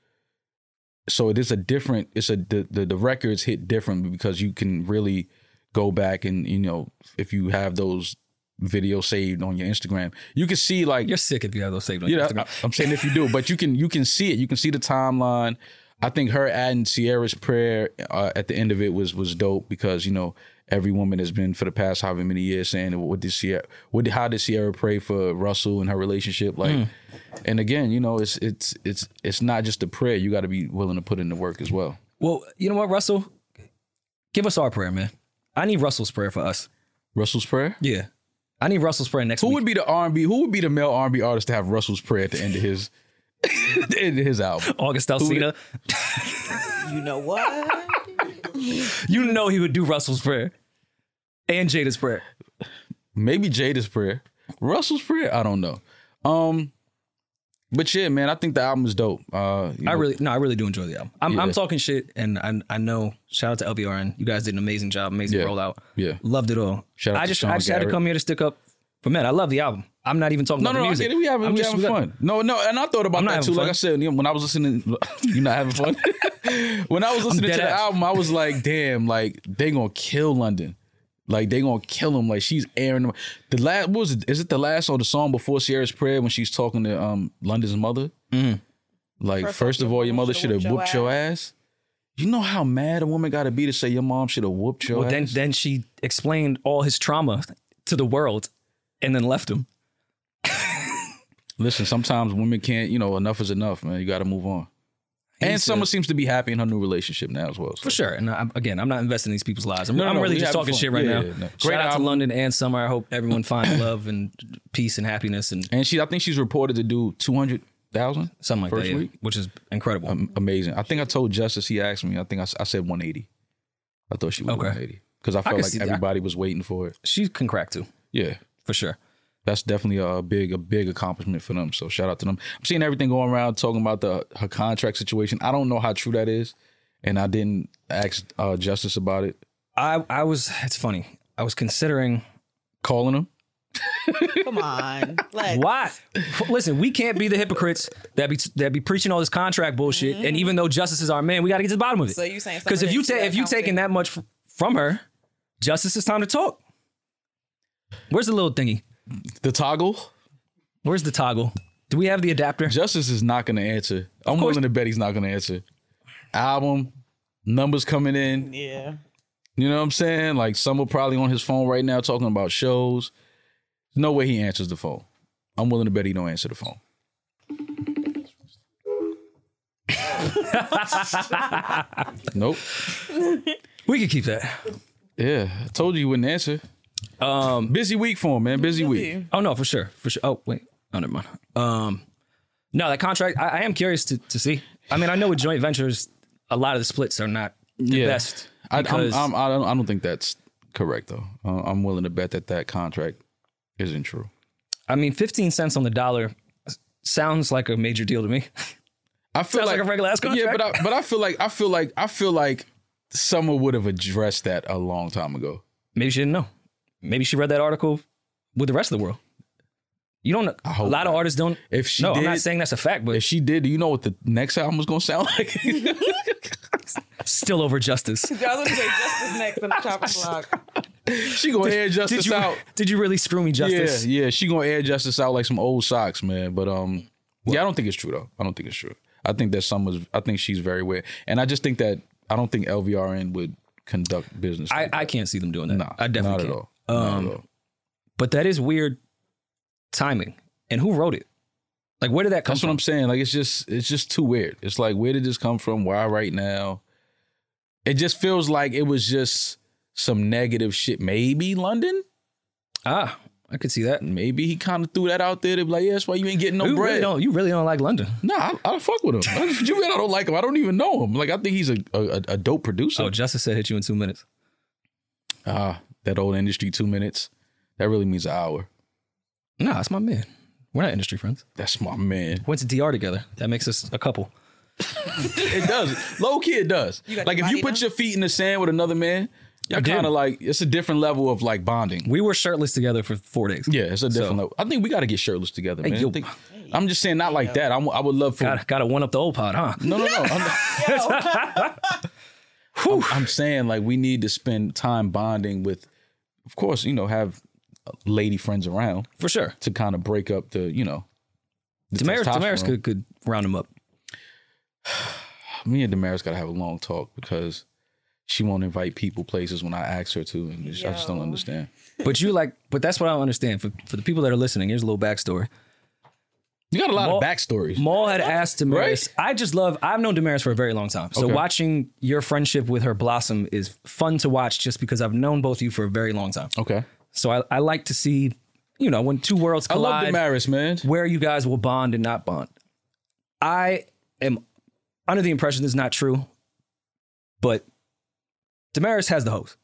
So it is a different. It's a the the, the records hit different because you can really go back and you know if you have those videos saved on your Instagram, you can see like You're sick if you have those saved on you know, Instagram. I, am saying if you do, but you can you can see it. You can see the timeline. I think her adding Sierra's prayer uh, at the end of it was was dope because you know every woman has been for the past however many years saying what did Sierra what did, how did Sierra pray for Russell and her relationship like, and again you know it's it's it's it's not just a prayer. You got to be willing to put in the work as well. well, you know what, Russell, give us our prayer, man. I need Russell's prayer for us. Russell's prayer. Yeah, I need Russell's prayer next Who week. would be the R and B? Who would be the male R and B artist to have Russell's prayer at the end of his [laughs] at the end of his album? August Alsina, You [laughs] know what? you know he would do Russell's prayer and Jada's prayer. maybe Jada's prayer, Russell's prayer. I don't know. Um, but yeah, man, I think the album is dope. Uh, you I know, really no, I really do enjoy the album. I'm, I'm Yeah. talking shit, and I I know. Shout out to LBRN. You guys did an amazing job, amazing Yeah. rollout. yeah. Loved it all. Shout out I to just Sean I just had to Garrett. come here to stick up for man. I love the album. I'm not even talking No, about no, the no, I music. get it. We having, I'm we just- having got- fun. No, no, and I thought about I'm not that too. having Like I said, you know, when I was listening, [laughs] you're not having fun. when I was listening to dead the ass. album, I was like, damn, like they gonna kill London. Like they gonna kill him. Like she's airing him. The last what was it? Is it the last or the song before Sierra's prayer when she's talking to um London's mother? Mhm. Like First first, off, of your all, your mom mother should shoulda have whooped whooped your your ass. You know how mad a woman gotta be to say your mom should have whooped your Well, ass. then then she explained all his trauma to the world, and then left him. Listen, sometimes women can't. You know, enough is enough, man. You gotta move on. And He's a- Summer seems to be happy in her new relationship now as well. so. For sure, and I'm, again, I'm not investing in these people's lives. I'm, No, no, I'm no, really we just having talking fun. shit right Yeah, now. yeah, no. Shout Great out to album. London and Summer. I hope everyone finds love and peace and happiness and And she, I think she's reported to do 200,000. something like First that, yeah, week? which is incredible. Um, Amazing. I think I told Justice, he asked me, I think I, s- I said 180. I thought she was Okay. 180. Because I can felt like see that. everybody was waiting for it. she can crack too, Yeah. for sure. That's definitely a big, a big accomplishment for them. So shout out to them. I'm seeing everything going around talking about the her contract situation. I don't know how true that is. And I didn't ask uh, Justice about it. I I was it's funny. I was considering Calling him. Come on. Like, why. [laughs] Listen, we can't be the hypocrites that be that be preaching all this contract bullshit. And even though justice is our man, we got to get to the bottom of So it. you saying Because if you take if you taking that much f- from her, justice is time to talk. Where's the little thingy? The toggle. Where's the toggle? Do we have the adapter? Justice is not going to answer. I'm course- willing to bet he's not going to answer. Album, numbers coming in. yeah, You know what I'm saying? Like someone probably on his phone right now talking about shows. No way he answers the phone. I'm willing to bet he don't answer [laughs] the phone. nope. We could keep that. Yeah, I told you he wouldn't answer. Um. Busy week for him, man. Busy week. Oh no, for sure, for sure. Oh wait. Oh never mind. Um. No, that contract. I, I am curious to to see. I mean, I know with joint ventures, a lot of the splits are not the Yeah. best. I, I'm, because- I'm, I, don't, I don't think that's correct though. Uh, I'm willing to bet that that contract isn't true. I mean, 15 cents on the dollar sounds like a major deal to me. [laughs] I feel Sounds like a regular-ass Yeah, contract. but I, but I feel like I feel like I feel like someone would have addressed that a long time ago. Maybe she didn't know. Maybe she read that article with the rest of the world. You don't know. I A hope lot of not. artists don't. If she no, did, I'm not saying that's a fact, If but she did, do you know what the next album was gonna sound [laughs] like? still over [laughs] justice. I was gonna say justice next on the chopping [laughs] block. she gonna air Did justice you, out. did you really screw me, [laughs] Justice? Yeah, yeah. She gonna air justice out like some old socks, man. But um, yeah, I don't think it's true though. I don't think it's true. I think that Summer's. I think she's very weird, and I just think that I don't think LVRN would conduct business. I, like I that. can't see them doing that. Nah, I definitely not can't. at all. Not Um, at all. But that is weird timing. And who wrote it? Like, where did that come That's from? what I'm saying. Like it's just it's just too weird. It's like where did this come from? Why right now? It just feels like it was just some negative shit. Maybe London. ah, I could see that. Maybe he kind of threw that out there. They be like, yeah, that's why you ain't getting no you bread. really don't. You really don't like London. Nah, I, I fuck with him. I, you mean I don't like him? I don't even know him. Like I think he's a a, a dope producer. oh, Justice said hit you in two minutes. Ah, that old industry two minutes. That really means an hour. Nah, that's my man. We're not industry friends. That's my man. Went to DR together. That makes us a couple. It does. Low key, it does. You got Like your if you body put now? your feet in the sand with another man, I you're did. kind of like it's a different level of like bonding. We were shirtless together for four days. Yeah, it's a different So- level. I think we got to get shirtless together, man. yo. I think, I'm just saying, not like that. I'm, I would love for Got got to one up the old pod, huh? [laughs] no, no, no. I'm, [laughs] I'm- [laughs] I'm saying like we need to spend time bonding with, of course, you know, have lady friends around For sure. to kind of break up the, you know, the Damaris, Damaris testosterone. could, could round him up. me and Damaris got to have a long talk because she won't invite people places when I ask her to, and just- I just don't Yo. understand. But you like, but that's what I don't understand. For, for the people that are listening, here's a little backstory. You got a lot Well- of backstories. Maul had asked Damaris. I just love. I've known Damaris for a very long time, so Okay. watching your friendship with her blossom is fun to watch. Just because I've known both of you for a very long time, Okay, so I, I like to see, you know, when two worlds I love collide, Damaris, man. where you guys will bond and not bond. I am under the impression this is not true, but Damaris has the hose.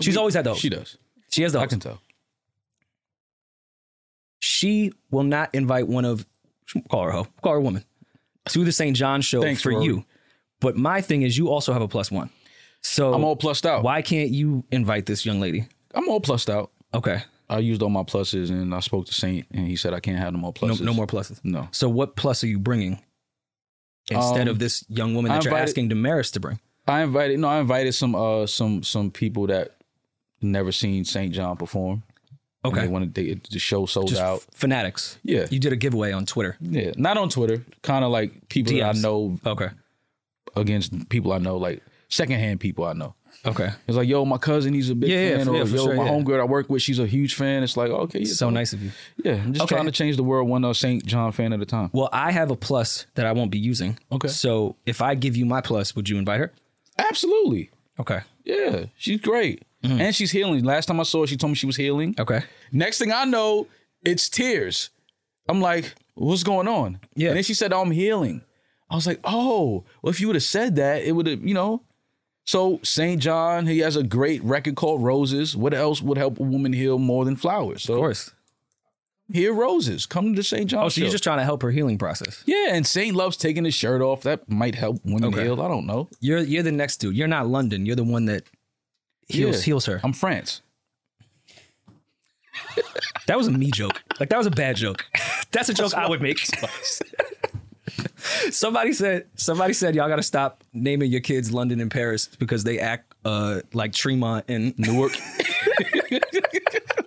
She's always had the hose. She She, does. has the I hose. can tell. she will not invite one of call her hoe, call her woman to the St. John show Thanks, for Rory. you. But my thing is, you also have a plus one. So I'm all plussed out. why can't you invite this young lady? I'm all plussed out. Okay, I used all my pluses, and I spoke to Saint, and he said I can't have no more no, pluses. no more pluses. No. So what plus are you bringing instead Um, of this young woman I that you're invited- asking Damaris to bring? I invited. No, I invited some uh some some people that never seen Saint John perform. And Okay, They wanted they, the show sold just out. fanatics. Yeah. you did a giveaway on Twitter. Yeah, not on Twitter. Kind of like people that I DMs. know Okay, against people I know, like secondhand people I know. okay. It's like, yo, my cousin, he's a big Yeah, yeah, fan. for- or yeah, for yo, sure, my yeah. homegirl I work with, she's a huge fan. It's like, okay, yeah, So nice of you. Yeah, I'm just Okay. trying to change the world one uh, Saint John fan at a time. Well, I have a plus that I won't be using. Okay. So if I give you my plus, would you invite her? Absolutely. Okay. Yeah, she's great. And she's healing. Last time I saw her, she told me she was healing. Okay. Next thing I know, it's tears. I'm like, what's going on? Yeah. And then she said, "Oh, I'm healing. I was like, oh, well, if you would have said that, it would have, you know. So St. John, he has a great record called Roses. What else would help a woman heal more than flowers? Of So course. hear roses. Come to the St. John. Oh, so you're show. just trying to help her healing process. Yeah, and Saint loves taking his shirt off. That might help women Okay. heal. I don't know. You're you're the next dude. You're not London. You're the one that heals Yeah. heals her. I'm France. That was a me joke. Like that was a bad joke. [laughs] That's a joke I would make. [laughs] somebody said somebody said y'all got to stop naming your kids London and Paris because they act uh like Tremont and [laughs] Newark. [laughs]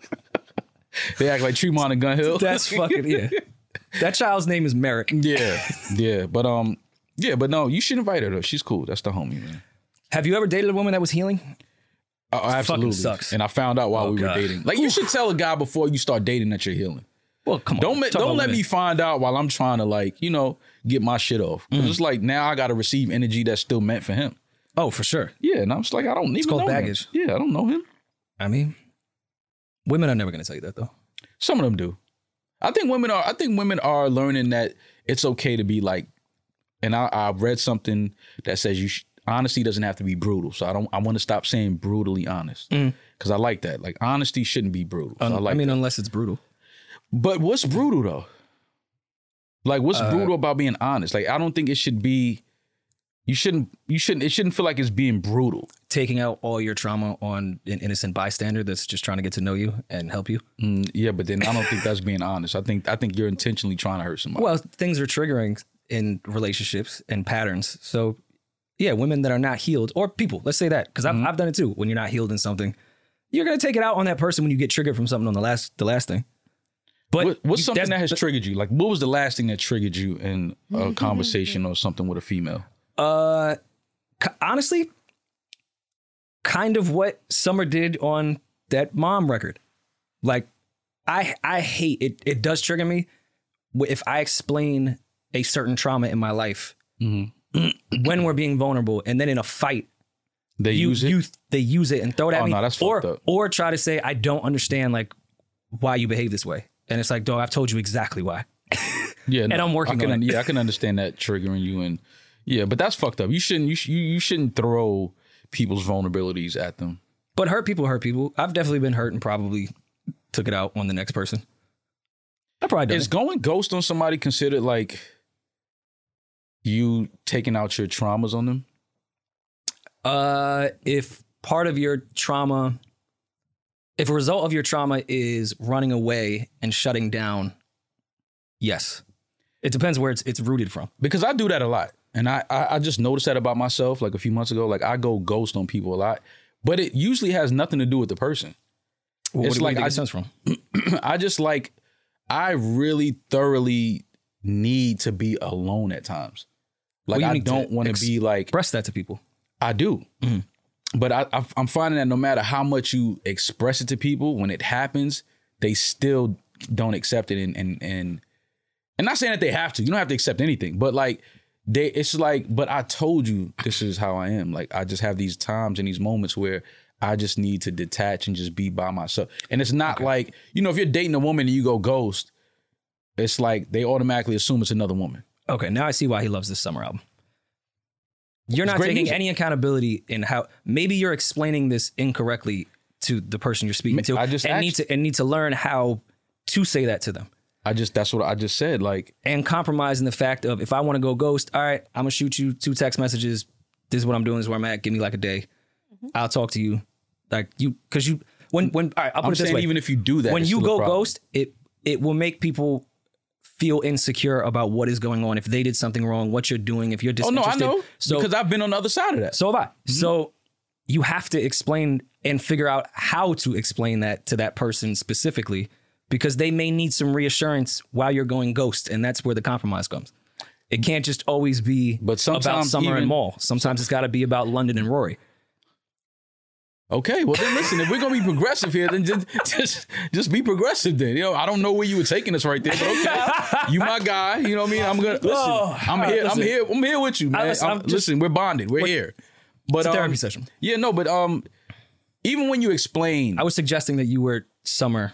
They act like Tremont and Gun Hill. That's fucking yeah. That child's name is Merrick. [laughs] Yeah, yeah, but um, yeah, but no, you should invite her though. She's cool. That's the homie, man. Have you ever dated a woman that was healing? Oh, absolutely sucks. Oh, And I found out while we God. were dating. Like you should tell a guy before you start dating that you're healing. Well, come on. Don't let Talk don't about let women. me find out while I'm trying to like you know get my shit off. Mm. 'Cause It's like now I got to receive energy that's still meant for him. Oh, for sure. Yeah, and I'm just like I don't even called know baggage. Him. Yeah, I don't know him. I mean, women are never gonna tell you that though. Some of them do. I think women are. I think women are learning that it's okay to be like. And I, I read something that says you sh- honesty doesn't have to be brutal. So I don't. I want to stop saying brutally honest because I like that. Like honesty shouldn't be brutal. So I I like. mean, that. unless it's brutal. But what's brutal though? Like what's brutal about being honest? Like I don't think it should be. You shouldn't. You shouldn't. It shouldn't feel like it's being brutal. taking out all your trauma on an innocent bystander that's just trying to get to know you and help you. Mm, yeah, but then I don't think that's being honest. I think. I think you're intentionally trying to hurt somebody. Well, things are triggering in relationships and patterns. So, yeah, women that are not healed or people, let's say that because Mm-hmm. I've, I've done it too. When you're not healed in something, you're gonna take it out on that person when you get triggered from something on the last the last thing. But what, what's you- something that's- that has triggered you? Like, what was the last thing that triggered you in a conversation or something with a female? Uh, k- honestly, kind of what Summer did on that mom record. Like, I I hate it. It does trigger me wh- if I explain a certain trauma in my life Mm-hmm. Mhm. when we're being vulnerable, and then in a fight They you, use it. you they use it and throw it at Oh, me, no, that's or fucked up. or try to say I don't understand like why you behave this way, and it's like, dog, I've told you exactly why. yeah, no, I'm working I can, on it. Yeah, I can understand that triggering you, and yeah, but that's fucked up. You shouldn't. You sh- you, you shouldn't throw people's vulnerabilities at them. But hurt people hurt people. I've definitely been hurt and probably took it out on the next person. I probably done Is it. going ghost on somebody considered like you taking out your traumas on them? Uh, if part of your trauma, if a result of your trauma is running away and shutting down, yes. It depends where it's it's rooted from. because I do that a lot, and I, I I just noticed that about myself like a few months ago. Like I go ghost on people a lot, but it usually has nothing to do with the person. Where It's do you like think I- it stems from. I just like I really thoroughly need to be alone at times. Like Well, you I need to don't want to ex- be like Express that to people. I do. Mm. But I, I, I'm finding that no matter how much you express it to people, when it happens, they still don't accept it. And and and, and not saying that they have to. You don't have to accept anything. But like they, it's like. But I told you this is how I am. Like I just have these times and these moments where I just need to detach and just be by myself. And it's not like you know if you're dating a woman and you go ghost, it's like they automatically assume it's another woman. Okay, now I see why he loves this summer album. You're It's not great taking music. any accountability in how maybe you're explaining this incorrectly to the person you're speaking Ma- to. I just and need asked- to and need to learn how to say that to them. I just that's what I just said. Like and compromising the fact of if I want to go ghost, all right, I'm gonna shoot you two text messages. This is what I'm doing. This is where I'm at. Give me like a day. I'll talk to you. Like you, because you when when all right, I'll put I'm it this saying, way. even if you do that, when it's you still a go problem. ghost, it it will make people feel insecure about what is going on. If they did something wrong, what you're doing. If you're Oh no, I disinterested. know So because I've been on the other side of that. so have I. So you have to explain and figure out how to explain that to that person specifically because they may need some reassurance while you're going ghost. And that's where the compromise comes. It can't just always be But about sometimes Summer even- and Mall. Sometimes it's got to be about London and Rory. Okay, well then listen, if we're gonna be progressive here, then just [laughs] just, just be progressive then. You know, I don't know where you were taking us right there, [laughs] but okay, you my guy. You know what I mean? I'm gonna listen. Oh, all I'm right, here. listen. I'm here. I'm here with you, man. I'm- listen, listen, I'm just- we're bonded. We're here. But It's a um, therapy session. Yeah, no, but um, even when you explain, I was suggesting that you were Summer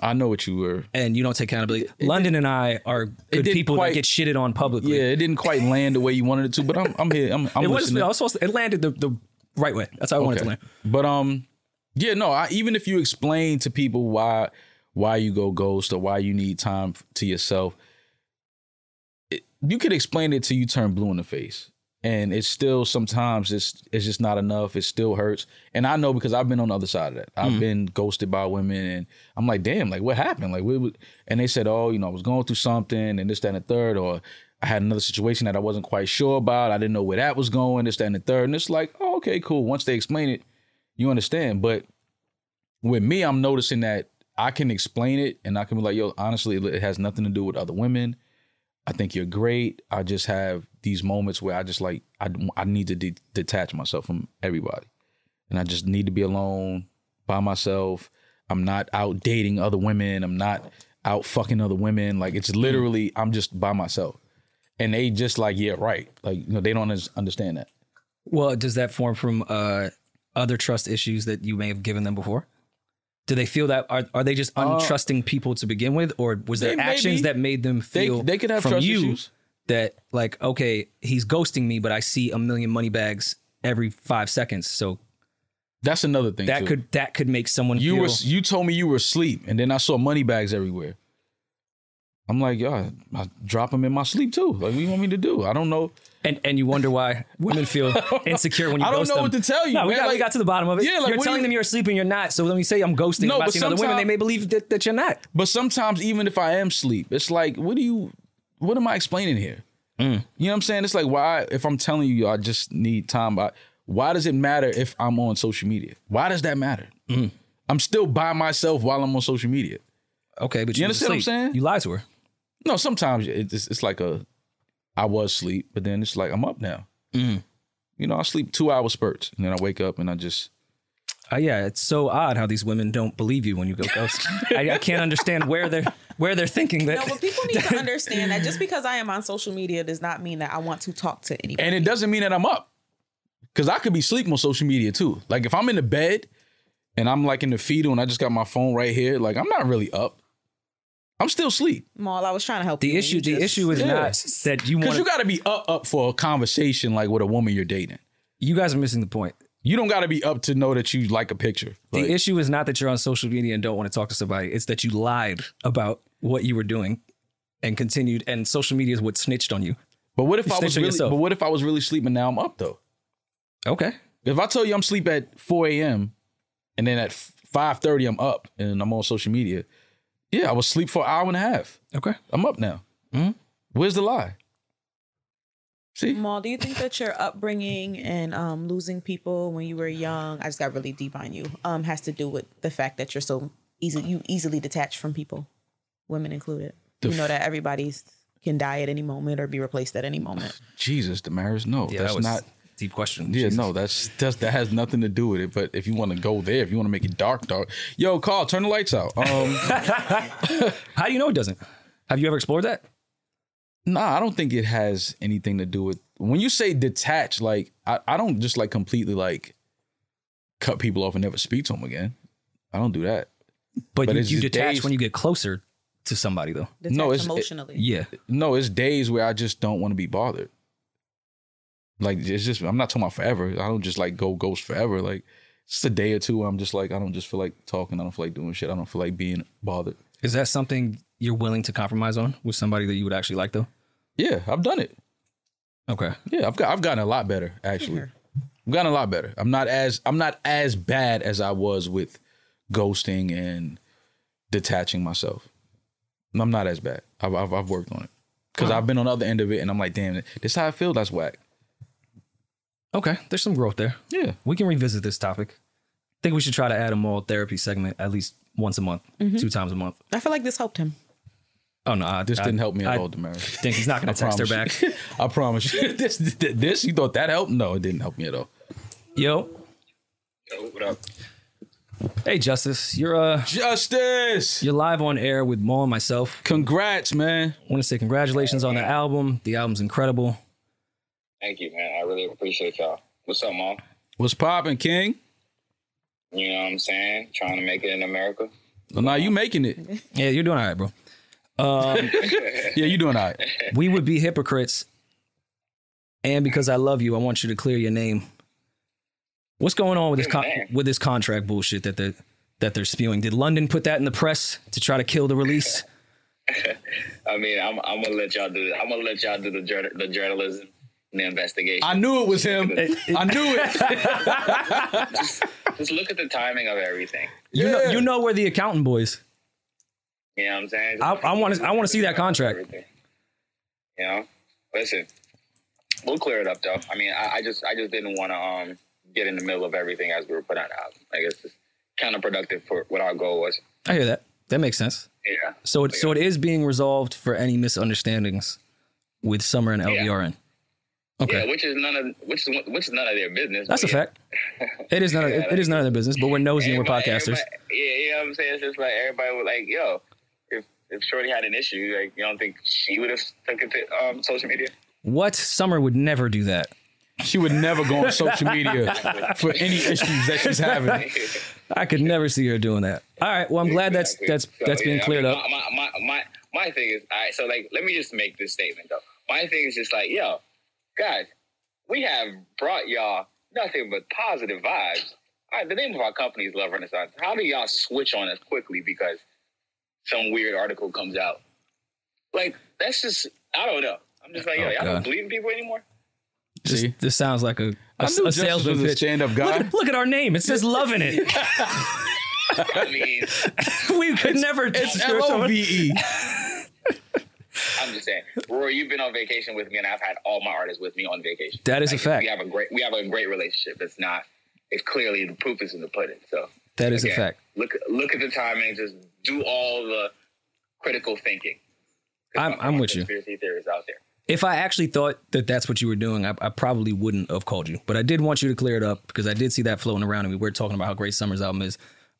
I know what you were. and you don't take accountability. London and I are good didn't people quite- that get shitted on publicly. Yeah, it didn't quite land the way you wanted it to, but I'm I'm here. I'm, I'm It was, listening. I was supposed to, it landed the, the right way. That's how I wanted it to Okay. land. But um, yeah, no. I, even if you explain to people why why you go ghost or why you need time f- to yourself, it, you could explain it till you turn blue in the face, and it's still sometimes it's it's just not enough. It still hurts, and I know because I've been on the other side of that. I've been ghosted by women, and I'm like, damn, like what happened? Like, what, what? And they said, oh, you know, I was going through something, and this, that, and the third, or. I had another situation that I wasn't quite sure about. I didn't know where that was going, this, that, and the third. And it's like, oh, okay, cool. Once they explain it, you understand. But with me, I'm noticing that I can explain it and I can be like, yo, honestly, it has nothing to do with other women. I think you're great. I just have these moments where I just like, I, I need to de- detach myself from everybody. And I just need to be alone by myself. I'm not out dating other women. I'm not out fucking other women. Like, it's Mm. literally, I'm just by myself. And they just like, yeah, right. Like, you know, they don't un- understand that. Well, does that form from uh, other trust issues that you may have given them before? Do they feel that are are they just untrusting people to begin with, or was Uh, there they may actions be. that made them They, feel they could have from trust you issues. that like okay he's ghosting me, but I see a million money bags every five seconds, so That's another thing. that too. could that could make someone you feel were you told me you were asleep, and then I saw money bags everywhere. I'm like, yo, I, I drop them in my sleep too. Like, what do you want me to do? I don't know. and and you wonder [laughs] why women feel insecure when you I don't ghost know them. what to tell you, No, we, man. got, we Like- got to the bottom of it. Yeah, like, you're what do telling you- them you're asleep and you're not. So when you say I'm ghosting, no, No, but about seeing other women, sometime- they may believe that, that you're not. But sometimes, even if I am asleep, it's like, what do you? What am I explaining here? You know what I'm saying? It's like, why? If I'm telling you, I just need time. I, why does it matter if I'm on social media? Why does that matter? I'm still by myself while I'm on social media. Okay, but You you, was understand what I'm asleep. saying? You lied to her. No, sometimes it- it's, it's like a I was asleep, but then it's like I'm up now. Mhm. You know, I sleep two hour spurts, and then I wake up and I just Uh, yeah, it's so odd how these women don't believe you when [laughs] you go ghost. I, I can't understand where they're where they're thinking that. No, but people need [laughs] to understand that just because I am on social media does not mean that I want to talk to anybody. and it doesn't mean that I'm up because I could be sleeping on social media too. Like if I'm in the bed and I'm like in the fetal and I just got my phone right here, like I'm not really up. I'm still asleep Maul, I was trying to help you. the and issue, you the just- issue is Yeah. not that you want. because you got to be up up for a conversation like with a woman you're dating. you guys are missing the point. You don't got to be up to know that you like a picture. The Like, issue is not that you're on social media and don't want to talk to somebody. It's that you lied about what you were doing and continued, and social media is what snitched on you. but what if you I was snitch on really? yourself. But what if I was really sleeping? Now I'm up though. Okay. If I tell you I'm sleep at 4 a.m. and then at 5:30 I'm up and I'm on social media, yeah, I was sleep for an hour and a half. Okay. I'm up now. Hmm? Mhm. Where's the lie? Mm. See, Maul, do you think that your upbringing and um, losing people when you were young, I just got really deep on you, um, has to do with the fact that you're so easy, you easily detached from people, women included. The you know f- that everybody's can die at any moment or be replaced at any moment. Jesus, Damaris, no, Yeah, that's that was not. a deep question. Yeah, Jesus. no, that's that's that has nothing to do with it. But if you want to go there, if you want to make it dark, dark, yo, Carl, turn the lights out. [laughs] Um, How do you know it doesn't? Have you ever explored that? nah, I don't think it has anything to do with when you say detached. Like, I, I don't just like completely like cut people off and never speak to them again. I don't do that. But, But you, it's you just detach days- when you get closer to somebody, though. Detached No, it's- it- emotionally. Yeah. No, it's days where I just don't want to be bothered. Like it's just I'm not talking about forever. I don't just like go ghost forever. Like it's just a day or two where I'm just like I don't just feel like talking. I don't feel like doing shit. I don't feel like being bothered. Is that something you're willing to compromise on with somebody that you would actually like, though? Yeah, I've done it. Okay. Yeah, I've got I've gotten a lot better actually. I've gotten a lot better. I'm not as I'm not as bad as I was with ghosting and detaching myself. I'm not as bad. I've I've, I've worked on it because I've been on the other end of it and I'm like, damn, this is how I feel. That's whack. Okay. There's some growth there. Yeah. We can revisit this topic. I think we should try to add a moral therapy segment at least once a month, two times a month. I feel like this helped him. Oh no, I, This I- didn't help me at I all, Damaris. Think he's [laughs] not going to text her back. Promise you. I promise [laughs] you. This, th- this, you thought that helped? No, it didn't help me at all. Yo. Hey Justice, you're uh Justice, you're live on air with Maul and myself. congrats, man. I want to say congratulations on the album. The album's incredible. Thank you, man. I really appreciate y'all. What's up, mom? What's poppin', King? You know what I'm saying? Trying to make it in America. Well, now you making it. Yeah, you're doing all right, bro. Yeah, you doing all right. We would be hypocrites. And because I love you, I want you to clear your name. What's going on with this con- Amen. with this contract bullshit that they're that they're spewing? Did London put that in the press to try to kill the release? I mean, I'm, I'm gonna let y'all do. the- I'm gonna let y'all do the jour- the journalism and the investigation. I knew it was him. I knew [laughs] it. Just look at the timing of everything. You know, Yeah. you know where the accountant boys. You know what I'm saying? I- I wanna- I wanna see that contract. Everything. You know, listen, we'll clear it up though. I mean, I, I just I just didn't want to um get in the middle of everything as we were putting out the album. Like it's just counterproductive for what our goal was. I hear that. That makes sense. Yeah. So it so it is being resolved for any misunderstandings with Summer and LVRN. Okay, Yeah, which is none of which is which is none of their business. that's a but yeah. fact. It is none. Of, it is none of their business. But we're nosy and we're Everybody- podcasters. everybody- Yeah, you know what I'm saying? It's just like everybody was like, yo, if if Shorty had an issue, like you don't think she would have took it to um, social media? What Summer would never do that. She would never go on social media for any issues that she's [laughs] having. I could never see her doing that. All right. Well, I'm glad that's Exactly. that's So, that's yeah, been I cleared mean, up. My my, my my my thing is, all right, so like let me just make this statement though. My thing is just like, yo, guys, we have brought y'all nothing but positive vibes. All right, the name of our company is Love Renaissance. How do y'all switch on us quickly because some weird article comes out? Like, that's just I don't know. I'm just like, yo, Oh, y'all God. don't believe in [laughs] people anymore? This, See? this sounds like a a, I knew a Justice salesman was a pitch. stand-up Look guy. at, look at our name. It says love [laughs] in it. I mean, we could never. It's [laughs] L O V [laughs] E. I'm just saying. Rory, you've been on vacation with me and I've had all my artists with me on vacation. That is a Like, fact. We have a great we have a great relationship. It's not it's clearly the proof is in the pudding. So That is a again, fact. Look look at the timing, just do all the critical thinking. I'm- I'm with you. Conspiracy theories out there. If I actually thought that that's what you were doing, I, I probably wouldn't have called you. But I did want you to clear it up because I did see that floating around, and we were talking about how great Summer's album is.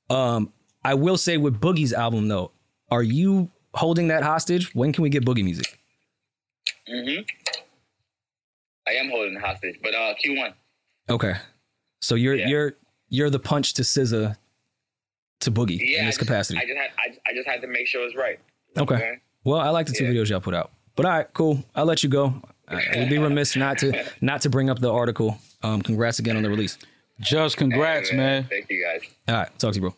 Um, I will say with Boogie's album though, are you holding that hostage? When can we get Boogie music? hmm I am holding hostage, but uh, Q1. Okay, so you're Yeah. you're you're the punch to SZA to Boogie Yeah, in I this just- capacity. I just had I, I just had to make sure it's right. Okay. Well, I like the two Yeah. videos y'all put out. But all right, cool. I'll let you go. I I would [laughs] be remiss not to not to bring up the article. Um, congrats again on the release. Just congrats, Hey, man. Thank you guys. All right, talk to you, bro.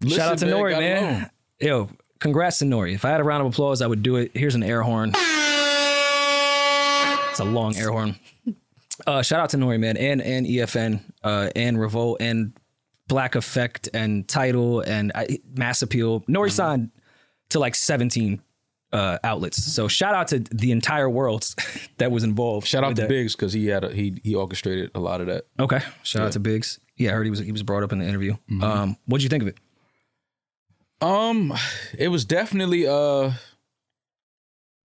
Listen, Shout out to man, Nori, got man. along. Yo, congrats to Nori. If I had a round of applause, I would do it. Here's an air horn. It's a long air horn. Uh, shout out to Nori, man, and and EFN, uh, and Revolt, and Black Effect, and Title, and I, Mass Appeal. Nori signed to like 17 uh, outlets. So shout out to the entire world [laughs] that was involved. Shout out with to that. Biggs because he had a, he he orchestrated a lot of that. Okay, shout out to Biggs. Yeah, I heard he was he was brought up in the interview. Um, what'd you think of it? Um, it was definitely uh,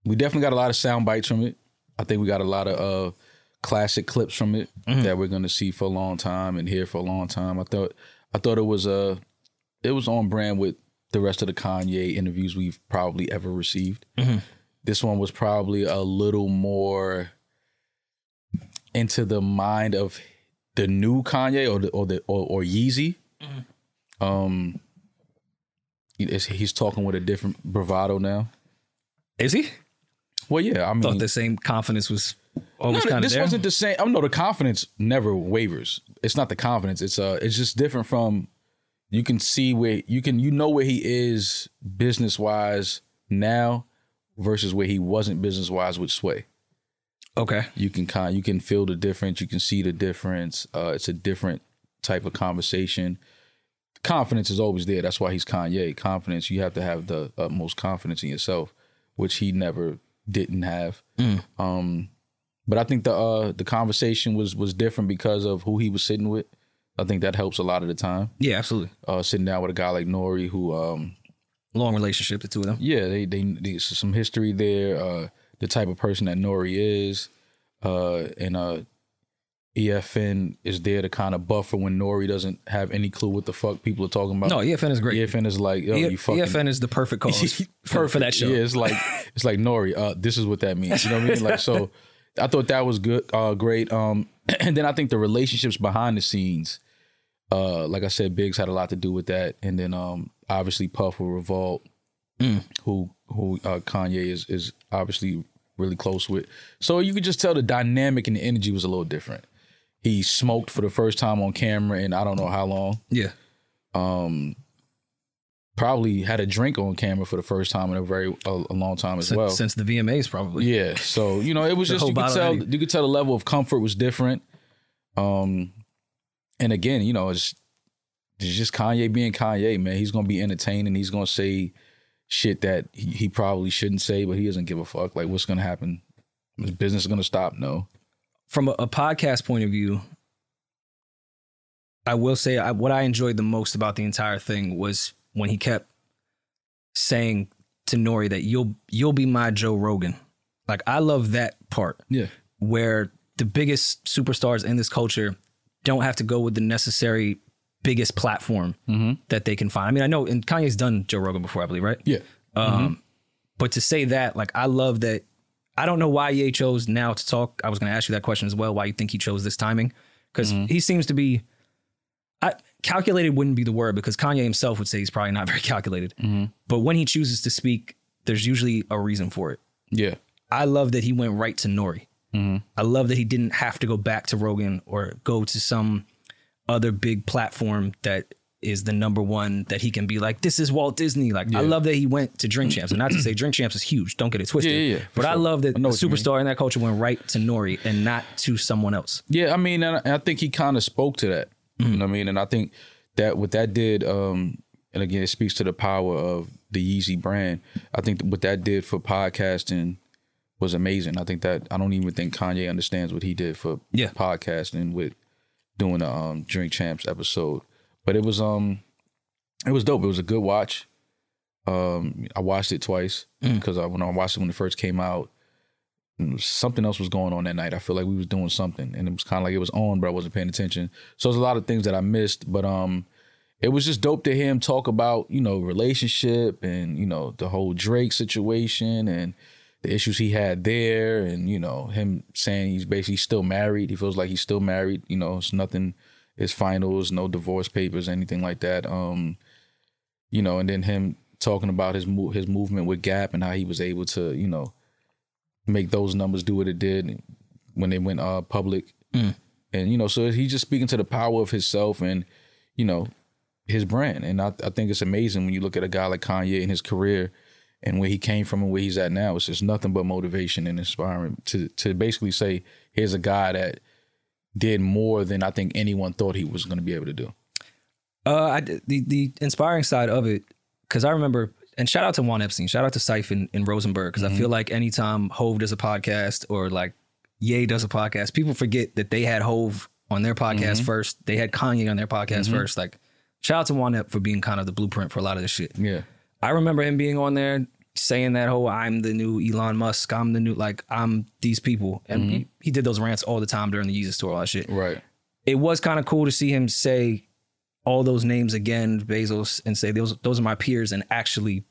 we definitely got a lot of sound bites from it. I think we got a lot of uh classic clips from it that we're gonna see for a long time and hear for a long time. I thought I thought it was uh it was on brand with the rest of the Kanye interviews we've probably ever received. This one was probably a little more into the mind of the new Kanye or the or the or, or Yeezy. Um it's- he's talking with a different bravado now. Is he? Well, yeah, I mean, Thought the same confidence was always no, kind of this there. wasn't the same. I know the confidence never wavers. It's not the confidence. It's uh, it's just different from. You can see where you can you know where he is business wise now versus where he wasn't business wise with Sway. okay. You can kind you can feel the difference. You can see the difference. Uh, it's a different type of conversation. Confidence is always there. That's why he's Kanye. Confidence. You have to have the utmost confidence in yourself, which he never didn't have. Um, but I think the uh, the conversation was was different because of who he was sitting with. I think that helps a lot of the time. Yeah, absolutely. Uh, sitting down with a guy like Nori, who um, Long relationship, the two of them. yeah, they they there's some history there. Uh, the type of person that Nori is, uh, and uh, EFN is there to kind of buffer when Nori doesn't have any clue what the fuck people are talking about. No, EFN is great. EFN is like, yo, E- you fucking EFN is the perfect cause for- for, [laughs] Perfect. that show. Yeah, it's like it's like Nori. Uh, this is what that means. You know what I mean? Like so, I thought that was good, uh, great. Um, [clears throat] and then I think the relationships behind the scenes. Uh, like I said, Biggs had a lot to do with that, and then um, obviously Puff with Revolt, [clears throat] who who uh, Kanye is is obviously really close with. So you could just tell the dynamic and the energy was a little different. He smoked for the first time on camera, and I don't know how long Yeah. um, probably had a drink on camera for the first time in a very a, a long time as Sin- well. Since the VMAs, probably. yeah, so you know, it was The just whole you could bottle tell already. you could tell the level of comfort was different. Um, and again, you know, it's, it's just Kanye being Kanye, man. He's gonna be entertaining. He's gonna say shit that he, he probably shouldn't say, but he doesn't give a fuck. Like, what's gonna happen? Is business gonna stop? No. From a, a podcast point of view, I will say I, what I enjoyed the most about the entire thing was when he kept saying to Nori that you'll you'll be my Joe Rogan. Like I love that part. Yeah. where the biggest superstars in this culture don't have to go with the necessary biggest platform Mm-hmm. that they can find. I mean, I know, and Kanye's done Joe Rogan before, I believe, right? Yeah. Um, but to say that, like, I love that. I don't know why Ye chose now to talk. I was going to ask you that question as well. Why you think he chose this timing? Because he seems to be. I, calculated wouldn't be the word because Kanye himself would say he's probably not [laughs] very calculated. But when he chooses to speak, there's usually a reason for it. Yeah. I love that he went right to Nori. Mm-hmm. I love that he didn't have to go back to Rogan or go to some other big platform that is the number one that he can be like, this is Walt Disney. Like, I love that he went to Drink Champs. And not to say Drink Champs is huge, don't get it twisted. Yeah, yeah, yeah, for but I sure. love that I the know what you mean. superstar in that culture went right to Nori and not to someone else. Yeah, I mean, and I, and I think he kind of spoke to that. You know what I mean? And I think that what that did, um, and again, it speaks to the power of the Yeezy brand. I think what that did for podcasting was amazing. I think that I don't even think Kanye understands what he did for Yeah. podcasting with doing the um, Drink Champs episode. But it was um, it was dope. It was a good watch. Um, I watched it twice Mm. because I, when I watched it when it first came out, mm, something else was going on that night. I feel like we was doing something, and it was kind of like it was on, but I wasn't paying attention. So there's a lot of things that I missed, but um, it was just dope to hear him talk about you know relationship and you know the whole Drake situation and the issues he had there, and you know him saying he's basically still married. He feels like he's still married. You know, it's nothing. It's finals, no divorce papers, anything like that. Um, you know, and then him talking about his mo- his movement with Gap and how he was able to, you know, make those numbers do what it did when they went uh public, Mm. and you know, so he's just speaking to the power of himself and you know his brand, and I, I think it's amazing when you look at a guy like Kanye and his career and where he came from and where he's at now. It's just nothing but motivation and inspiring to to basically say here's a guy that did more than I think anyone thought he was going to be able to do. Uh, I, the the inspiring side of it, because I remember, and shout out to Juan Epstein, shout out to Siphon and, and Rosenberg, because I feel like anytime Hove does a podcast or like Ye does a podcast, people forget that they had Hove on their podcast first, they had Kanye on their podcast first. Like, shout out to Juan Ep for being kind of the blueprint for a lot of this shit. Yeah. I remember him being on there saying that whole I'm the new Elon Musk, I'm the new like I'm these people, and he, he did those rants all the time during the Yeezus tour, all that shit Right. it was kind of cool to see him say all those names again, Bezos, and say those those are my peers, and actually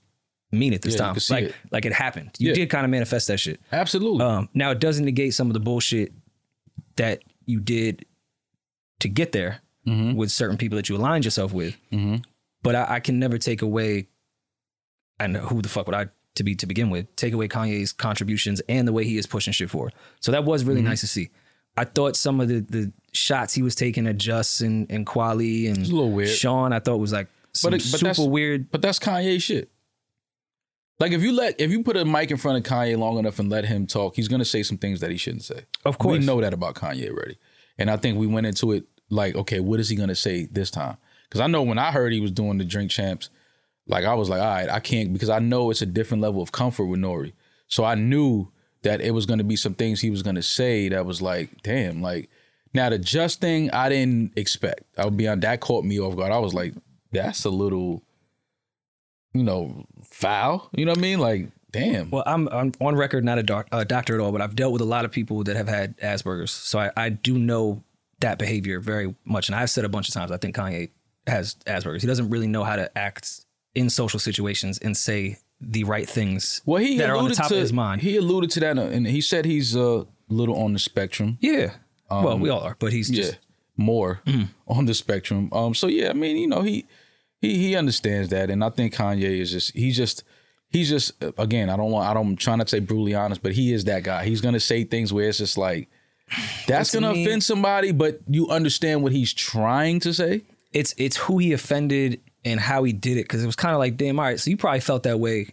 mean it this Yeah, you time. could see Like it. like it happened. You Yeah. did kind of manifest that shit. Absolutely. Um, now it doesn't negate some of the bullshit that you did to get there Mhm. with certain people that you aligned yourself with. mm-hmm. But I, I can never take away. I know who the fuck would I to be to begin with. Take away Kanye's contributions and the way he is pushing shit forward. So that was really Mm-hmm. nice to see. I thought some of the the shots he was taking at Justin and Quali and a little weird. Sean, I thought was like some But it- but that's- super weird. But that's Kanye shit. Like if you let if you put a mic in front of Kanye long enough and let him talk, he's gonna say some things that he shouldn't say. Of course. we know that about Kanye already, and I think we went into it like, okay, what is he gonna say this time? Because I know when I heard he was doing the Drink Champs, like I was like, all right, I can't because I know it's a different level of comfort with Nori. So I knew that it was gonna be some things he was gonna say that was like, damn, like now the just thing I didn't expect. I'll be on that caught me off guard. I was like, that's a little, you know, foul. You know what I mean? Like, damn. Well, I'm, I'm on record, not a, doc, a doctor at all, but I've dealt with a lot of people that have had Asperger's. So I, I do know that behavior very much. And I've said a bunch of times, I think Kanye has Asperger's. He doesn't really know how to act in social situations and say the right things Well, he that are alluded on the top to of his mind. He alluded to that, uh, and he said he's a little on the spectrum. yeah. well, Um, we all are, but he's just, yeah, more Mm. on the spectrum. Um, so yeah, I mean, you know, he he he understands that, and I think Kanye is just he's just he's just again, I don't want I don't I'm trying to say brutally honest, but he is that guy. He's gonna say things where it's just like that's to gonna me- offend somebody, but you understand what he's trying to say. it's, it's who he offended and how he did it. Cause it was kind of like, damn, all right. So you probably felt that way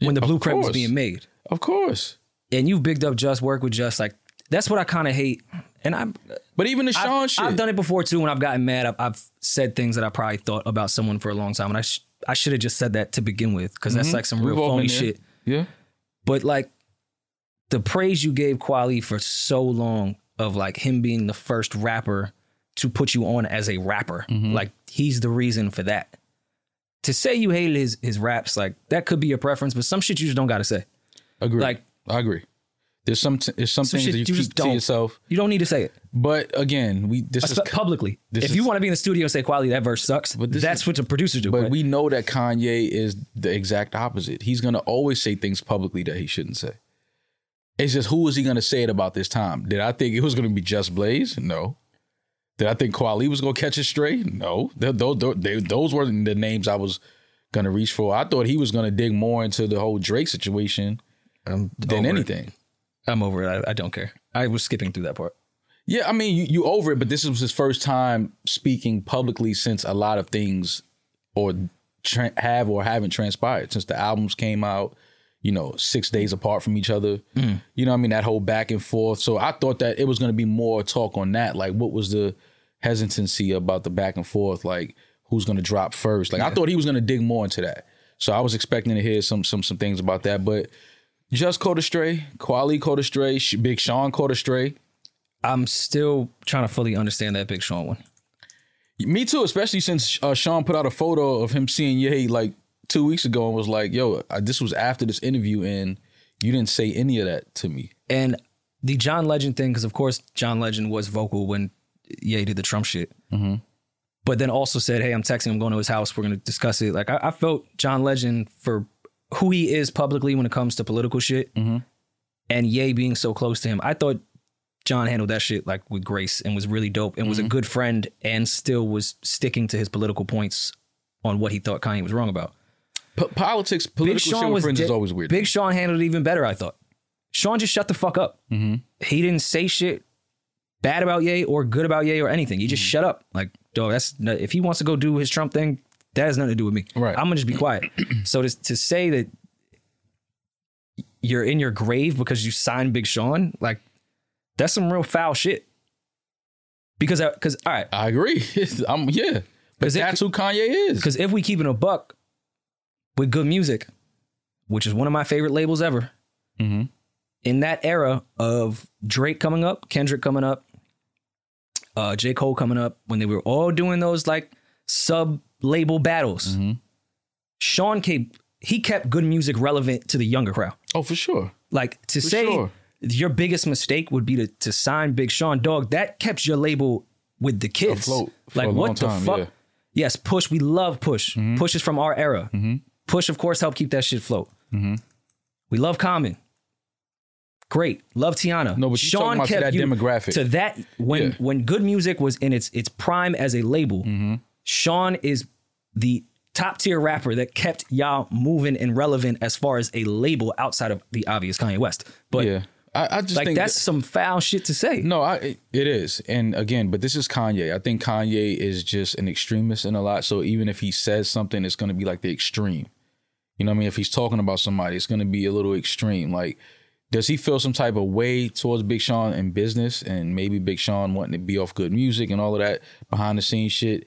when the of blueprint was course. being made. Of course. And you've bigged up just work with just like, that's what I kind of hate. And I'm, But even the Sean I've, shit. I've done it before too. When I've gotten mad, I've, I've said things that I probably thought about someone for a long time, and I sh- I should have just said that to begin with because that's like some real Mm-hmm. We've all phony been there. shit. Yeah. But like the praise you gave Quali for so long of like him being the first rapper to put you on as a rapper, Mm-hmm. like he's the reason for that. To say you hated his his raps, like that could be your preference, but some shit you just don't gotta say. Agree. Like- I agree. There's some there's some, Some things shit that you, you keep just to don't. yourself. You don't need to say it But again, we this is Espe- publicly. this If is- you want to be in the studio, and say Quali that verse sucks. But this that's what the producers do. but but- we know that Kanye is the exact opposite. He's gonna always say things publicly that he shouldn't say. It's just who is he gonna say it about this time? Did I think it was gonna be just Blaze? No. Did I think Kwali was gonna catch it straight? No. Th- tho- tho- they- Those were the names I was gonna reach for. I thought he was gonna dig more into the whole Drake situation than over it. anything. I'm over it. I, I don't care. I was skipping through that part. Yeah, I mean, you, you over it, but this was his first time speaking publicly since a lot of things or tra- have or haven't transpired since the albums came out, you know, six days apart from each other. You know what I mean? That whole back and forth. So I thought that it was going to be more talk on that. Like, what was the hesitancy about the back and forth? Like, who's going to drop first? Like, I thought he was going to dig more into that. So I was expecting to hear some some some things about that, but just caught astray. Quali caught astray. Sh- Big Sean caught astray. I'm still trying to fully understand that Big Sean one. Me too, especially since uh, Sean put out a photo of him seeing Ye like two weeks ago and was like, "Yo, I, this was after this interview, and you didn't say any of that to me." And the John Legend thing, because of course John Legend was vocal when Ye did the Trump shit, Mhm. but then also said, "Hey, I'm texting. I'm going to his house. We're going to discuss it." Like I, I felt John Legend for who he is publicly when it comes to political shit, Mhm. and Ye being so close to him, I thought John handled that shit like with grace and was really dope and was a good friend and still was sticking to his political points on what he thought Kanye was wrong about. P- politics, political Sean shit with was friends is di- always weird. Big Sean handled it even better, I thought. Sean just shut the fuck up. Mhm. He didn't say shit bad about Ye or good about Ye or anything. He just Mm-hmm. shut up. Like, dog, that's no- if he wants to go do his Trump thing, that has nothing to do with me. Right. I'm gonna just be [clears throat] quiet. so to, to say that you're in your grave because you signed Big Sean, like, that's some real foul shit. Because, because, all right, I agree. [laughs] I'm yeah, but Because it- that's who Kanye is. because if we keep it a buck with good music, which is one of my favorite labels ever, Mhm. in that era of Drake coming up, Kendrick coming up, uh, J. Cole coming up, when they were all doing those like sub label battles, Mhm. Sean kept he kept good music relevant to the younger crowd. Oh, for sure. Like to For say sure. your biggest mistake would be to, to sign Big Sean Dog, that kept your label with the kids. Afloat for like a long what the time, fuck? yeah. Mm-hmm. Yes, push. We love push. Push is from our era. Push, of course, helped keep that shit float. Mm-hmm. We love Common. Great. Love Tiana. No, but you're talking about to that demographic. To that when Yeah. Mm-hmm. when good music was in its its prime as a label, Sean is the top tier rapper that kept y'all moving and relevant as far as a label outside of the obvious Kanye West. But Yeah, I, I just like think that's some foul shit to say. No, I it- it is, and again, but this is Kanye. I think Kanye is just an extremist in a lot. So even if he says something, it's going to be like the extreme. You know what I mean? If he's talking about somebody, it's going to be a little extreme. Like, does he feel some type of way towards Big Sean in business, and maybe Big Sean wanting to be off good music and all of that behind the scenes shit?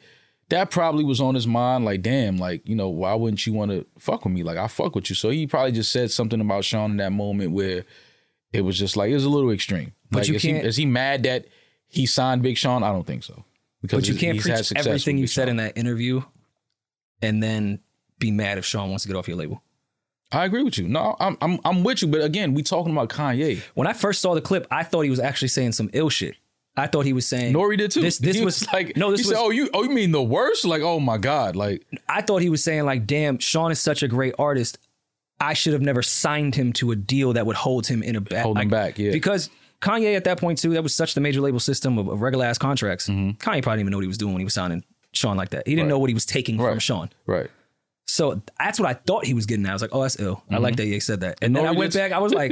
That probably was on his mind. Like, damn, like you know, why wouldn't you want to fuck with me? Like, I fuck with you. So he probably just said something about Sean in that moment where it was just like it was a little extreme. But like, you is, can't- he, is he mad that he signed Big Sean? I don't think so. Because But you can't he's had preach success with everything you Big said Sean. in that interview and then be mad if Sean wants to get off your label. I agree with you. No, I'm I'm I'm with you. But again, we talking about Kanye. When I first saw the clip, I thought he was actually saying some ill shit. I thought he was saying Nori did too. This this He was [laughs] like like no, this he was said, oh you oh you mean the worst? Like oh my god, like I thought he was saying like, damn, Sean is such a great artist. I should have never signed him to a deal that would hold him in a back. Hold him back, yeah. Because Kanye at that point too, that was such the major label system of, of regular ass contracts. Mm-hmm. Kanye probably didn't even know what he was doing when he was signing Sean like that. He didn't know what he was taking from Right. Sean. right. So that's what I thought he was getting at. I was like, oh, that's ill. I Mm-hmm. like that Ye said that. And then No, I he went did. back. I was [laughs] like,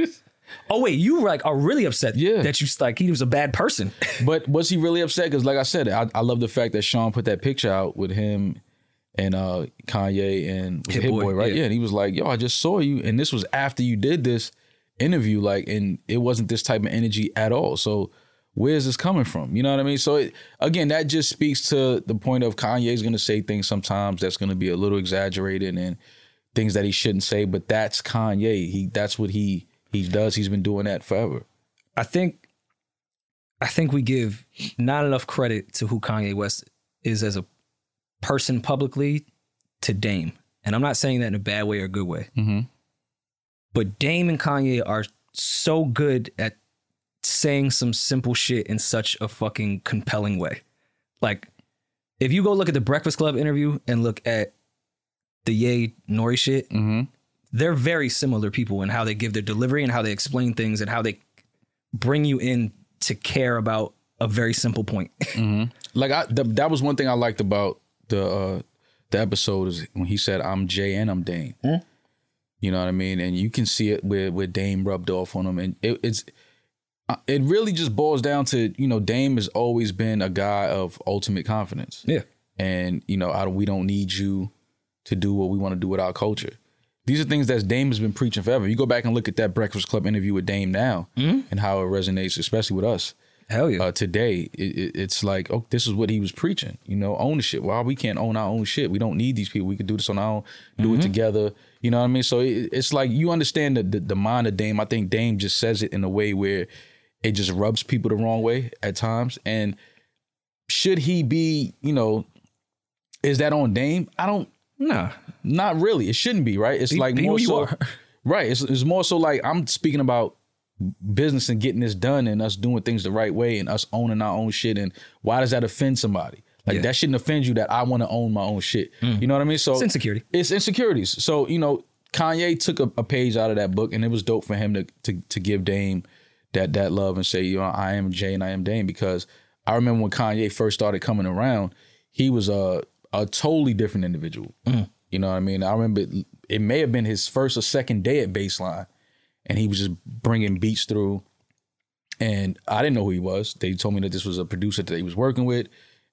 oh wait, you were like are really upset Yeah. that you like he was a bad person. But was he really upset? Because like I said, I, I love the fact that Sean put that picture out with him and uh Kanye and was it Hit Hit Boy, Boy, right? yeah. Yeah. and he was like, "Yo, I just saw you," and this was after you did this interview, like, and it wasn't this type of energy at all. So where's this coming from? You know what I mean? So it, again, that just speaks to the point of Kanye's going to say things sometimes that's going to be a little exaggerated and things that he shouldn't say, but that's Kanye. He that's what he he does. He's been doing that forever. I think I think we give not enough credit to who Kanye West is as a person publicly to Dame. And I'm not saying that in a bad way or a good way. Mhm. But Dame and Kanye are so good at saying some simple shit in such a fucking compelling way. Like, if you go look at the Breakfast Club interview and look at the Ye Nori shit, Mm-hmm. they're very similar people in how they give their delivery and how they explain things and how they bring you in to care about a very simple point. Mm-hmm. like I th- that was one thing I liked about the uh the episode is when he said I'm Jay and I'm Dame. You know what I mean? And you can see it where where Dame rubbed off on him, and it, it's uh, it really just boils down to you know Dame has always been a guy of ultimate confidence yeah. and you know I don't, we don't need you to do what we want to do with our culture these are things that dame has been preaching forever you go back and look at that breakfast club interview with dame now and how it resonates especially with us Hell yeah. uh, today, it, it, it's like, oh, this is what he was preaching. You know, ownership. Why we can't own our own shit? We don't need these people. We can do this on our own. Do it together. You know what I mean? So it, it's like you understand the, the the mind of Dame. I think Dame just says it in a way where it just rubs people the wrong way at times. And should he be, you know, is that on Dame? I don't Nah. Not really. It shouldn't be, right? It's Be- like be more who you so, are. [laughs] right? It's, it's more so like I'm speaking about business and getting this done and us doing things the right way and us owning our own shit. And why does that offend somebody? Like Yeah. Mm. that shouldn't offend you that I want to own my own shit. You know what I mean? So It's insecurity. It's insecurities. So you know, Kanye took a, a page out of that book, and it was dope for him to to to give Dame that that love and say, you know, I am Jay and I am Dame because I remember when Kanye first started coming around, he was a a totally different individual. You know what I mean? I remember it, it may have been his first or second day at Baseline, and he was just bringing beats through. And I didn't know who he was. They told me that this was a producer that he was working with,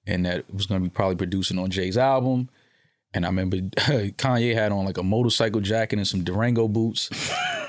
and that was going to be probably producing on Jay's album. And I remember [laughs] Kanye had on like a motorcycle jacket and some Durango boots.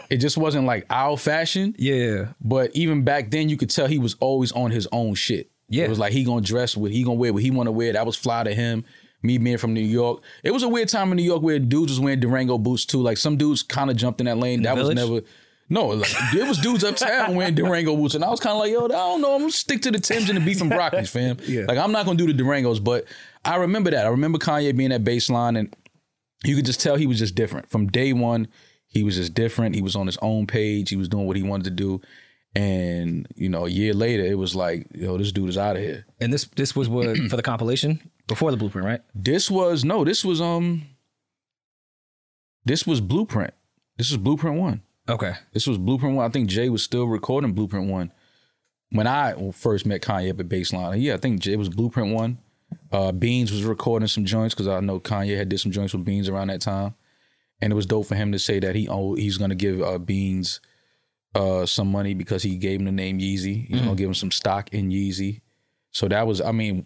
it just wasn't like our fashion, Yeah. but even back then, you could tell he was always on his own shit. Yeah. it was like he gonna dress what he gonna wear, what he want to wear. That was fly to him. Me being from New York, it was a weird time in New York where dudes was wearing Durango boots too. Like some dudes kind of jumped in that lane. that Village? was never. No, like, there was dudes uptown wearing Durango boots, and I was kind of like, yo, I don't know. I'm gonna stick to the Timbs and the beef and broccolis, fam. [laughs] Yeah. Like I'm not gonna do the Durangos, but I remember that. I remember Kanye being at baseline, and you could just tell he was just different from day one. He was just different. He was on his own page. He was doing what he wanted to do, and you know, a year later, it was like, yo, this dude is out of here. And this this was [clears throat] what for the compilation before the blueprint, right? This was no, this was um, this was Blueprint. This was Blueprint one. Okay. This was Blueprint One. I think Jay was still recording Blueprint One when I first met Kanye up at Baseline. Yeah, I think Jay was Blueprint One. Uh, Beans was recording some joints because I know Kanye had did some joints with Beans around that time, and it was dope for him to say that he owe, he's gonna give uh, Beans uh, some money because he gave him the name Yeezy. He's gonna give him some stock in Yeezy. So that was, I mean,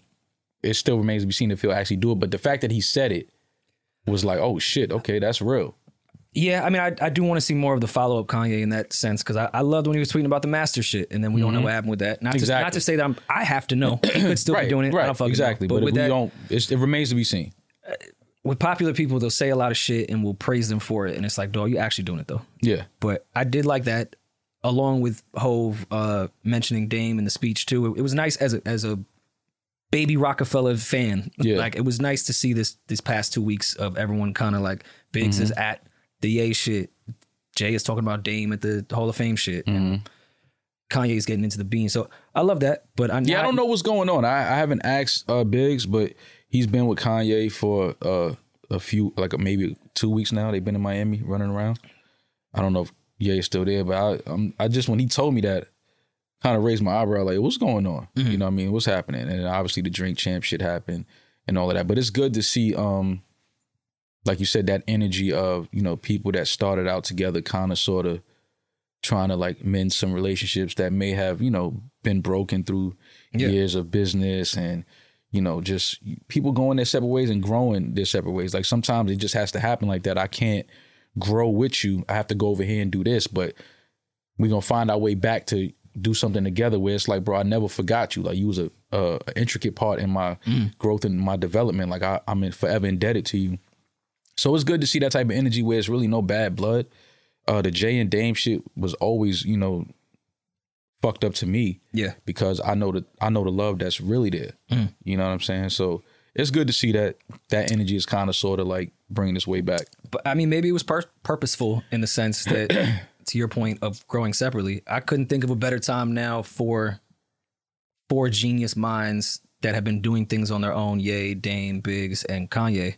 it still remains to be seen if he'll actually do it. But the fact that he said it was like, oh shit, okay, that's real. Yeah, I mean, I, I do want to see more of the follow up Kanye in that sense because I, I loved when he was tweeting about the master shit, and then we don't know what happened with that. Not to Exactly. not to say that I'm, I have to know. He could still be doing it. I don't fucking know. exactly. But, But, if with we that, don't. It's, it remains to be seen. with popular people, they'll say a lot of shit and we'll praise them for it, and it's like, dog, you actually doing it though. Yeah. But I did like that, along with Hove uh, mentioning Dame in the speech too. It, it was nice as a as a baby Rockefeller fan. Yeah. like it was nice to see this this past two weeks of everyone kind of like Biggs Mm-hmm. is at the Ye shit, Jay is talking about Dame at the Hall of Fame shit, Mm-hmm. and Kanye's getting into the bean. So I love that. But I Yeah. I don't know what's going on. I, I haven't asked uh, Biggs, but he's been with Kanye for uh, a few, like maybe two weeks now. They've been in Miami running around. I don't know if Ye is still there, but I, I'm, I just when he told me that, kind of raised my eyebrow, like, what's going on? You know what I mean? What's happening? And then obviously the drink champ shit happened and all of that. But it's good to see, um, like you said, that energy of, you know, people that started out together kind of sort of trying to like mend some relationships that may have, you know, been broken through Yeah. years of business and, you know, just people going their separate ways and growing their separate ways. Like sometimes it just has to happen like that. I can't grow with you. I have to go over here and do this, but we're gonna find our way back to do something together where it's like, bro, I never forgot you. Like you was a, a, a intricate part in my growth and my development. Like I, I'm in, forever indebted to you. So it's good to see that type of energy where it's really no bad blood. Uh, the Jay and Dame shit was always, you know, fucked up to me Yeah, because I know the I know the love that's really there. Mm. You know what I'm saying? So it's good to see that that energy is kind of sort of like bringing this way back. but I mean, maybe it was pur- purposeful in the sense that, to your point of growing separately, I couldn't think of a better time now for four genius minds that have been doing things on their own. Yay, Dame, Biggs, and Kanye.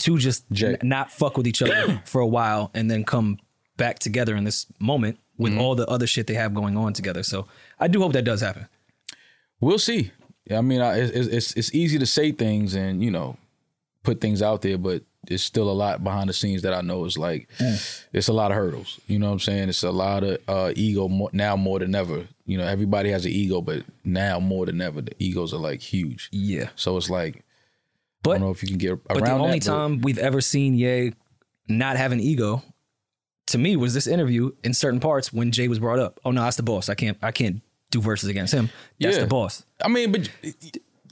To just Jay. n- not fuck with each other for a while and then come back together in this moment with all the other shit they have going on together. So I do hope that does happen. We'll see. I mean, I, it's, it's it's easy to say things and you know put things out there, but it's still a lot behind the scenes that I know is like Mm. it's a lot of hurdles. You know what I'm saying? It's a lot of uh, ego more, now more than ever. You know, everybody has an ego, but now more than ever, the egos are like huge. Yeah. So it's like I But don't know if you can get around But the only that, time we've ever seen Ye not have an ego, to me, was this interview in certain parts when Jay was brought up. Oh no, that's the boss. I can't. I can't do verses against him. That's Yeah. the boss. I mean, but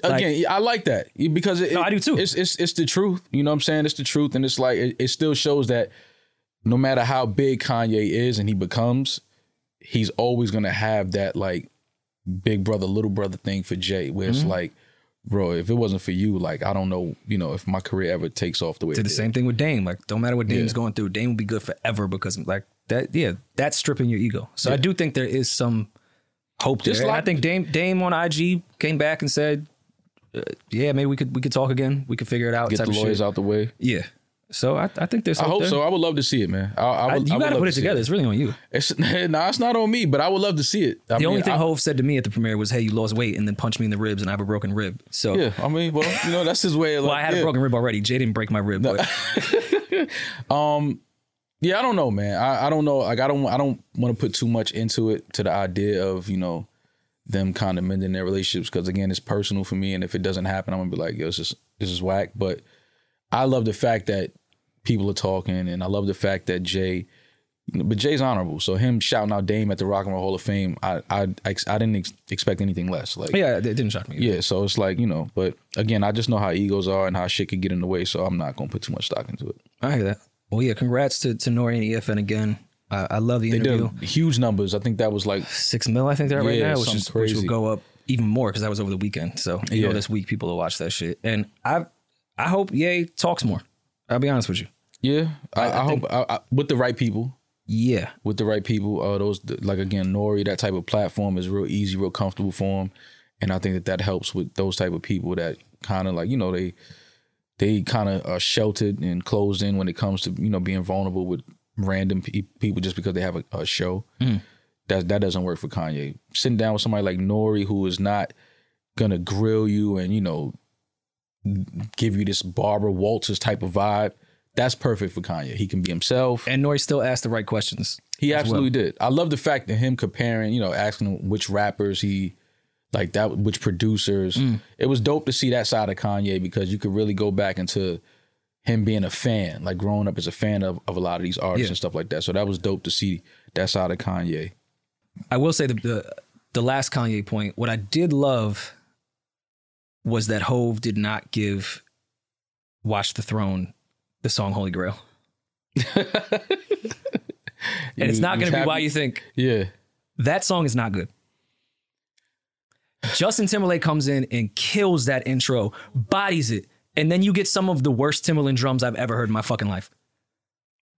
again, I like that because it, No, I do too. It's, it's it's the truth. You know what I'm saying? It's the truth, and it's like it, it still shows that no matter how big Kanye is and he becomes, Mm-hmm. he's always gonna have that like big brother, little brother thing for Jay, where it's like, bro, if it wasn't for you, like I don't know, you know, if my career ever takes off the way Did it the did. same thing with Dame. Like, don't matter what Dame's Yeah. going through, Dame will be good forever because like that. Yeah, that's stripping your ego. So I do think there is some hope there. Just And I like- think Dame Dame on IG came back and said, uh, "Yeah, maybe we could we could talk again. We could figure it out." Get type the of shit. lawyers out the way. Yeah. So I, I think there's. I hope hope there. so. I would love to see it, man. I, I I- would, I you would got to love put it see together. It's really on you. It's [laughs] nah, it's not on me, but I would love to see it. I The only mean, thing I- Hove said to me at the premiere was, "Hey, you lost weight," and then punched me in the ribs, and I have a broken rib. So, yeah, I mean, well, you know, that's his way. Of, Oh. like, well, I had yeah. a broken rib already. Jay didn't break my rib, [laughs] but Um, yeah, I don't know, man. I, I don't know. Like, I don't, I don't want to put too much into it to the idea of you know them kind of mending their relationships because again, it's personal for me, and if it doesn't happen, I'm gonna be like, yo, this is this is whack. But I love the fact that people are talking, and I love the fact that Jay. But Jay's honorable, so him shouting out Dame at the Rock and Roll Hall of Fame, I I I, ex- I didn't ex- expect anything less. Like, yeah, it didn't shock me. yeah, so it's like you know, but again, I just know how egos are and how shit could get in the way, so I'm not gonna put too much stock into it. I hear that. Well, yeah, congrats to, to Nori and EFN again. I, I love the They interview. did huge numbers. I think that was like Six mil, I think they're at right Yeah, now, which, something is, which will crazy. go up even more because that was over the weekend. So you know, Yeah. this week people will watch that shit. And I, I hope Ye talks more. I'll be honest with you. yeah. I, I, hope I, I, with the right people, Yeah, with the right people. Uh, those like again, Nori, that type of platform is real easy, real comfortable for him, and I think that that helps with those type of people that kind of like you know they they kind of are sheltered and closed in when it comes to you know being vulnerable with random pe- people just because they have a, a show. That that doesn't work for Kanye. Sitting down with somebody like Nori who is not gonna grill you and you know give you this Barbara Walters type of vibe. That's perfect for Kanye. He can be himself. and Nori still asked the right questions. He as absolutely did. I love the fact that him comparing, you know, asking him which rappers he like that, which producers. Mm. It was dope to see that side of Kanye because you could really go back into him being a fan, like growing up as a fan of, of a lot of these artists Yeah. and stuff like that. So that was dope to see that side of Kanye. I will say the, the the last Kanye point. What I did love was that Hove did not give "Watch the Throne" the song "Holy Grail," and it's You- not going you to be happy? why you think Yeah. that song is not good. Justin Timberlake comes in and kills that intro, bodies it, and then you get some of the worst Timberland drums I've ever heard in my fucking life.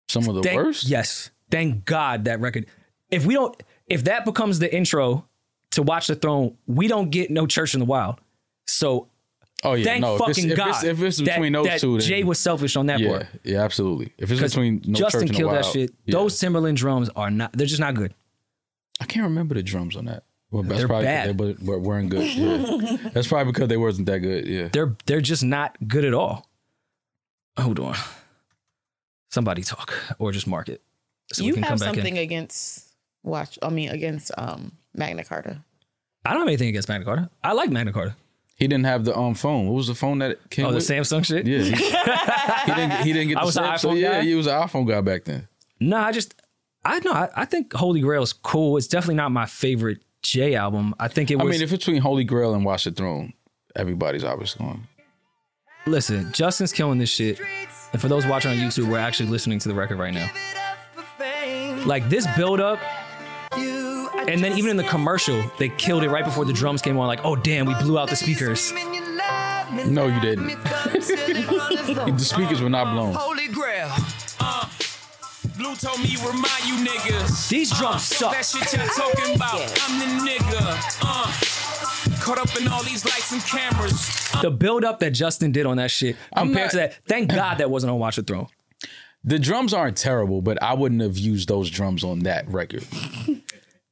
Some of the Thank- worst. Yes. Thank God that record. If we don't, if that becomes the intro to Watch the Throne, we don't get no Church in the Wild. So Oh yeah. thank no. If it's, fucking if God. it's, if it's that- between those that two, then, Jay was selfish on that yeah, part. yeah, absolutely. If it's 'Cause between no Justin Church and the killed that Wild, shit. yeah. Those Timberland drums are not. They're just not good. I can't remember the drums on that. Well, that's They're probably 'cause bad. they wa- wa- weren't [laughs] good. Yeah. that's probably because they wasn't that good. Yeah. They're they're just not good at all. Hold on. Somebody talk or just mark it. So you we can come have back something in. against watch. I mean, against um Magna Carta. I don't have anything against Magna Carta. I like Magna Carta. He didn't have the um phone. What was the phone that came Oh, the with? Samsung shit? [laughs] Yeah. He, he didn't he didn't get I the was an Samsung. So iPhone yeah, guy? he was an iPhone guy back then. No, I just I know I, I think Holy Grail is cool. It's definitely not my favorite J album. I think it I was. mean, if it's between Holy Grail and Watch the Throne, everybody's obviously going. listen, Justin's killing this shit, and for those watching on YouTube, we're actually listening to the record right now. Like this build up, and then even in the commercial, they killed it right before the drums came on. Like, oh damn, we blew out the speakers. No, you didn't. The [laughs] speakers were not blown. Holy grail. Uh, Blue told me remind you niggas. These drums suck. Fuck that shit y'all talking about. I'm the nigga. Uh, caught up in all these lights and cameras. The build up that Justin did on that shit I'm compared not- to that. Thank God that wasn't on Watch the Throne. The drums aren't terrible, but I wouldn't have used those drums on [laughs] that record.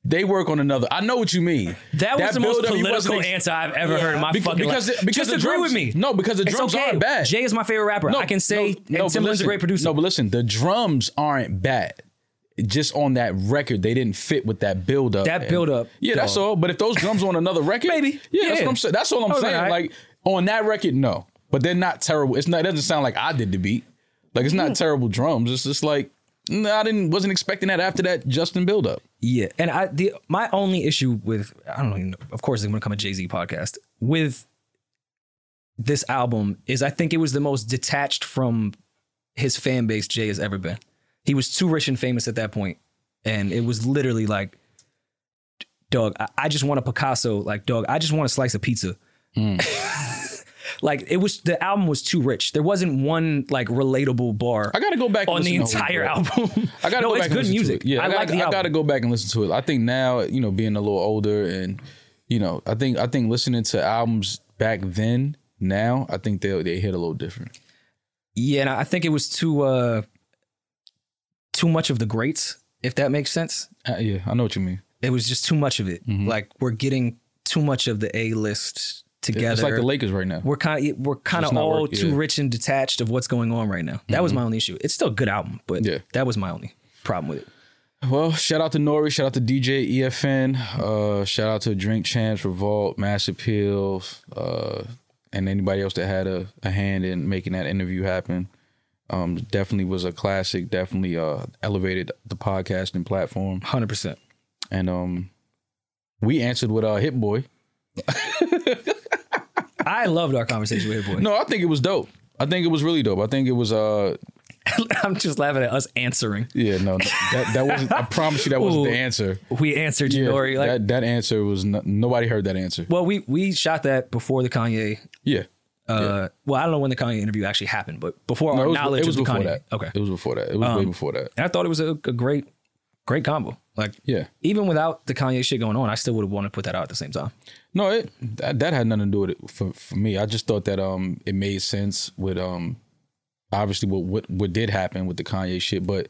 they work on another. I know what you mean. That was the most buildup, he wasn't political ex- answer I've ever heard in my Beca- fucking because life. the- because Just the agree drums- with me. no, because the It's drums okay. aren't bad. Jay is my favorite rapper. I can say no, but Timbaland's a listen. great producer. No, but listen, the drums aren't bad. Just on that record, they didn't fit with that build up. That buildup, Yeah, that's dog. all. But if those drums were on another record, Maybe. Yeah, that's Yeah. what I'm saying. That's all I'm I was saying. like, Like on that record, no. But they're not terrible. It's not. It doesn't sound like I did the beat. Like it's Hmm. not terrible drums. It's just like nah, I didn't wasn't expecting that after that Justin build up. Yeah, and I the my only issue with I don't even know, of course it's going to come a Jay Z podcast with this album is I think it was the most detached from his fan base Jay has ever been. He was too rich and famous at that point, and it was literally like, Hmm. "Dog, I, I just want a Picasso." Like, "Dog, I just want a slice of pizza." [laughs] Like it was the album was too rich. There wasn't one like relatable bar. I gotta go back and on the listen to the whole entire record. album. I gotta no, go it's back and good listen to music. it. Yeah, I, gotta, like the I album. gotta go back and listen to it. I think now, you know, being a little older and you know, I think I think listening to albums back then, now, I think they they hit a little different. Yeah, and I think it was too uh too much of the greats, if that makes sense. Uh, yeah, I know what you mean. It was just too much of it. Like we're getting too much of the A list together. Mm-hmm. It's like the Lakers right now. we're kind of we're kind Just of not all working, too yeah. Mm-hmm. rich and detached of what's going on right now. That was my only issue. It's still a good album, but Yeah. that was my only problem with it. Well, shout out to Nori, shout out to DJ EFN, uh, shout out to Drink Champs, Revolt, Mass Appeal, uh, and anybody else that had a, a hand in making that interview happen. Um, definitely was a classic. Definitely uh, elevated the podcasting platform, Hundred percent. and um, we answered with uh, Hit Boy. I loved our conversation with Hit Boy. [laughs] No, I think it was dope. I think it was really dope. I think it was uh, [laughs] I'm just laughing at us answering. yeah, no, that that wasn't. I promise you, that wasn't Ooh. the answer. We answered Yeah, Nori. Like, that that answer was no, nobody heard that answer. well, we we shot that before the Kanye Yeah. Uh, well, I don't know when the Kanye interview actually happened, but before No, our it was, knowledge it was of the before Kanye, that. okay, Um, It was before that. It was way before that. and I thought it was a, a great, great combo. Like, Yeah. even without the Kanye shit going on, I still would have wanted to put that out at the same time. No, it that, that had nothing to do with it for, for me. I just thought that um it made sense with um obviously what what what did happen with the Kanye shit, but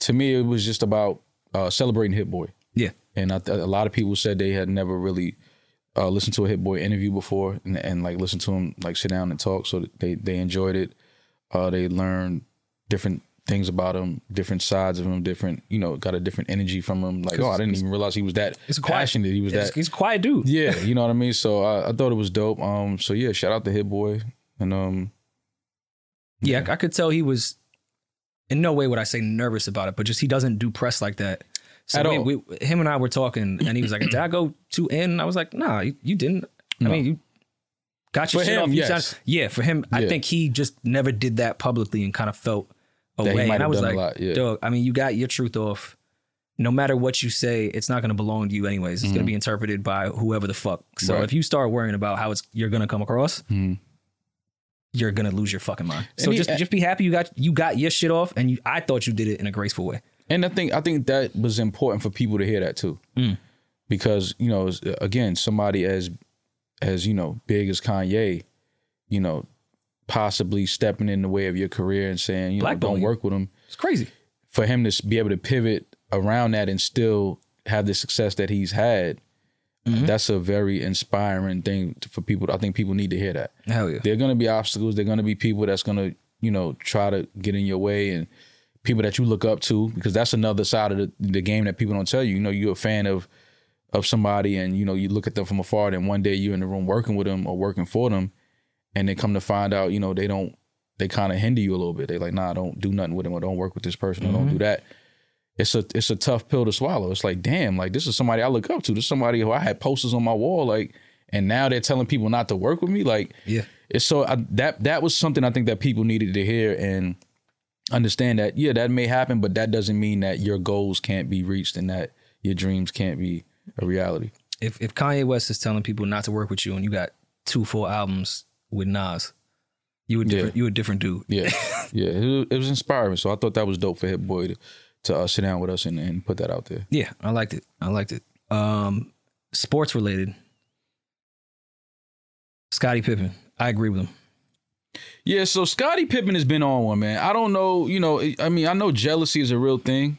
to me it was just about uh celebrating Hit Boy. Yeah, And I th- a lot of people said they had never really uh, listened to a Hit Boy interview before, and, and like listened to him like sit down and talk. So they they enjoyed it. Uh, they learned different things about him, different sides of him, different you know got a different energy from him. Like oh, I didn't even realize he was that it's a quiet- passionate. He was he's, that he's a quiet dude. yeah, you know what I mean. So I, I thought it was dope. Um, so yeah, shout out to Hit Boy, and um, Yeah, I, I could tell he was. In no way would I say nervous about it, but just he doesn't do press like that. So At we, all. we, him and I were talking, and he was like, "Did I go to N?" And I was like, "Nah, you, you didn't. I No. mean, you got your For shit him, off. You yes. sound- yeah, for him, I Yeah. think he just never did that publicly and kind of felt he away. might and I have was done a like, lot, yeah. "Dog, I mean, you got your truth off. No matter what you say, it's not going to belong to you anyways. It's going to be interpreted by whoever the fuck. So Right. if you start worrying about how it's you're going to come across." You're gonna lose your fucking mind. So And he- just just be happy you got you got your shit off, and you, I thought you did it in a graceful way. and I think I think that was important for people to hear that too, because you know, s- again, somebody as as you know big as Kanye, you know, possibly stepping in the way of your career and saying you know Blackballing don't you. work with him. It's crazy. For him to s- be able to pivot around that and still have the success that he's had, that's a very inspiring thing for people. I think people need to hear that. Hell yeah. There are going to be obstacles. There are going to be people that's going to, you know, try to get in your way and people that you look up to because that's another side of the, the game that people don't tell you. You know, you're a fan of of somebody and you know you look at them from afar. Then one day you're in the room working with them or working for them, and they come to find out, you know, they don't. They kind of hinder you a little bit. They like, nah, don't do nothing with them or don't work with this person or don't do that. It's a it's a tough pill to swallow. It's like, damn, like this is somebody I look up to. This is somebody who I had posters on my wall, like, and now they're telling people not to work with me. Like, Yeah. it's so I, that that was something I think that people needed to hear and understand that yeah that may happen, but that doesn't mean that your goals can't be reached and that your dreams can't be a reality. If if Kanye West is telling people not to work with you, and you got two full albums with Nas, you a different you a different dude. [laughs] Yeah, yeah, it, was- it was inspiring. So I thought that was dope for Hit Boy to, to uh, sit down with us and, and put that out there. Yeah, I liked it. I liked it. Um, sports related. Scottie Pippen, I agree with him. Yeah, so Scottie Pippen has been on one, man. I don't know, you know, I mean, I know jealousy is a real thing,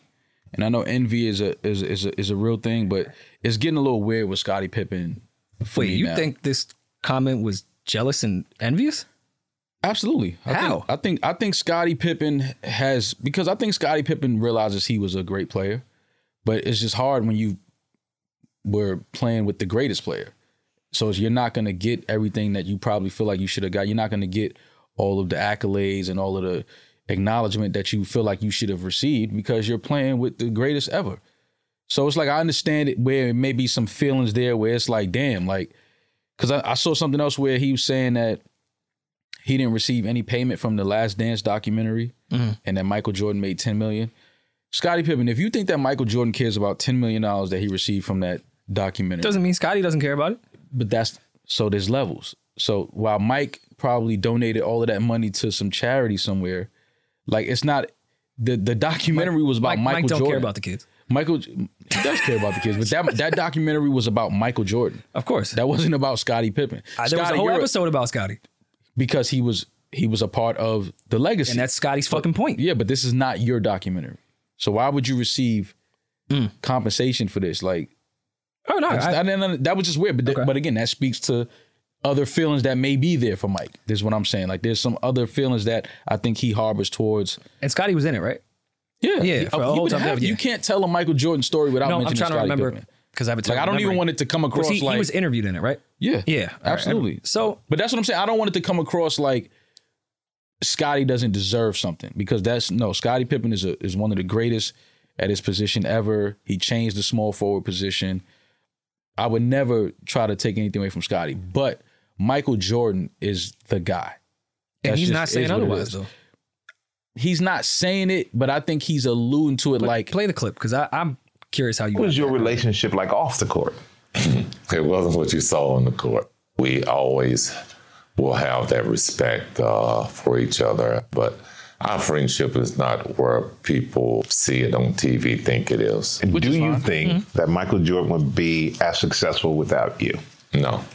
and I know envy is a is is a, is a real thing, but it's getting a little weird with Scottie Pippen. for Wait, me you now. think this comment was jealous and envious? Absolutely. I How? Think, I think I think Scottie Pippen has because I think Scottie Pippen realizes he was a great player, but it's just hard when you were playing with the greatest player. So it's- you're not going to get everything that you probably feel like you should have got. You're not going to get all of the accolades and all of the acknowledgement that you feel like you should have received because you're playing with the greatest ever. So it's like I understand it where it may be some feelings there where it's like, damn, like, because I, I saw something else where he was saying that he didn't receive any payment from the Last Dance documentary, Mm-hmm. and that Michael Jordan made ten million. Scottie Pippen, if you think that Michael Jordan cares about ten million dollars that he received from that documentary, Doesn't mean Scottie doesn't care about it. but that's so there's levels. So while Mike probably donated all of that money to some charity somewhere. Like it's not the the documentary was about Mike, Michael Mike don't Jordan. care about the kids. Michael he does care about the kids, but that that documentary was about Michael Jordan. Of course. That wasn't about Scottie Pippen. Uh, there was a Scottie, whole you're- episode about Scotty, because he was he was a part of the legacy. and that's Scotty's fucking point. yeah, but this is not your documentary. So why would you receive Hmm. compensation for this? Like Oh no, I just- I, I didn't under- that was just weird. But th- but again, that speaks to other feelings that may be there for Mike. This is what I'm saying. Like there's some other feelings that I think he harbors towards. and Scotty was in it, right? Yeah, Yeah, He- for he a whole would time, have- yeah. You can't tell a Michael Jordan story without No, I'm mentioning trying to Scottie remember Pippen. because I have a Like I don't even want it to come across he, like he was interviewed in it, right? yeah Yeah, all right. absolutely. So But that's what I'm saying. I don't want it to come across like Scotty doesn't deserve something because that's no. Scottie Pippen is a, is one of the greatest at his position ever. He changed the small forward position. I would never try to take anything away from Scotty, but Michael Jordan is the guy. and That's he's just- not saying is what it otherwise is. though. He's not saying it, but I think he's alluding to it like Play the clip because I'm curious how you. What was your relationship like off the court? [clears throat] it wasn't what you saw on the court. We always will have that respect uh, for each other, but our friendship is not where people see it on TV think it is. And do you think that Michael Jordan would be as successful without you? No.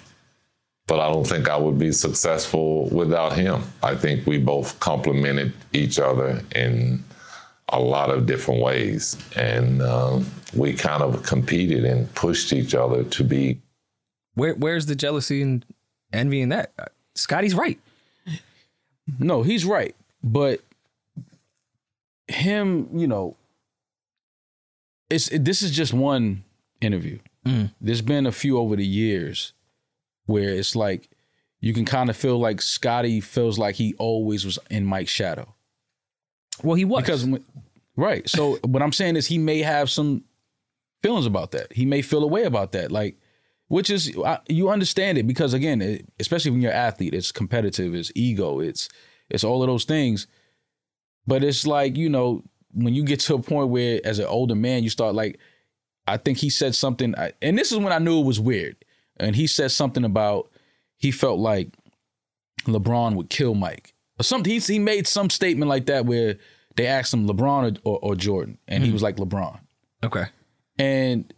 But I don't think I would be successful without him. I think we both complemented each other in a lot of different ways. And um, we kind of competed and pushed each other to be Where where's the jealousy and envy in that? Uh, Scotty's right. No, he's right. But him, you know, it's it- this is just one interview. There's been a few over the years where it's like you can kind of feel like Scotty feels like he always was in Mike's shadow Well, he was because when, right. So what I'm saying is he may have some feelings about that. He may feel a way about that. Like, which is I, you understand it because again, it, especially when you're an athlete, it's competitive, it's ego, it's it's all of those things. But it's like you know when you get to a point where as an older man you start like, I think he said something, I- and this is when I knew it was weird. And he said something about he felt like LeBron would kill Mike. Or something he, he made some statement like that where they asked him LeBron or, or, or Jordan, and he was like LeBron. okay. And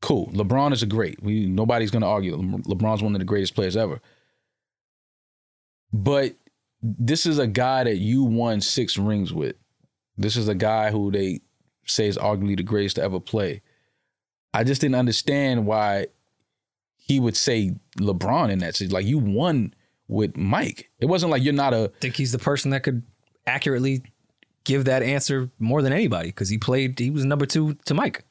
cool, LeBron is a great. We nobody's going to argue. Le- LeBron's one of the greatest players ever. But this is a guy that you won six rings with. This is a guy who they say is arguably the greatest to ever play. I just didn't understand why he would say LeBron in that. situation. Like you won with Mike. It wasn't like you're not a think he's the person that could accurately give that answer more than anybody because he played. He was number two to Mike.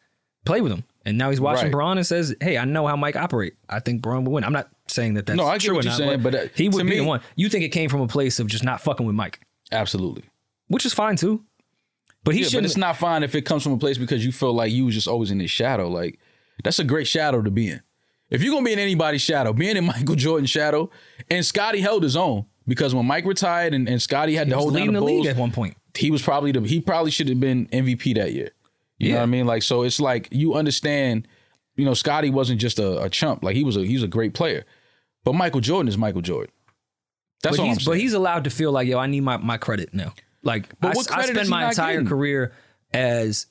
Play with him, and now he's watching Right. Braun and says, "Hey, I know how Mike operate. I think Braun will win." I'm not saying that that's No, I get true what or not, you're saying, but, uh, he would to be the me- one. You think it came from a place of just not fucking with Mike, absolutely. which is fine too. But he yeah, but shouldn't. it's not fine if it comes from a place because you feel like you was just always in his shadow. Like that's a great shadow to be in. If you're gonna be in anybody's shadow, being in [laughs] Michael Jordan's shadow, and Scotty held his own because when Mike retired and, and Scotty had to he was hold down leading the the league Bulls, at one point. he was probably the he probably should have been MVP that year. You know Yeah. what I mean? Like so, it's like you understand. You know, Scotty wasn't just a, a chump. Like he was a he was a great player, but Michael Jordan is Michael Jordan. That's but all he's I'm but saying. he's allowed to feel like yo, I need my my credit now. Like But I, what s- credit I spend is he my not entire getting? career as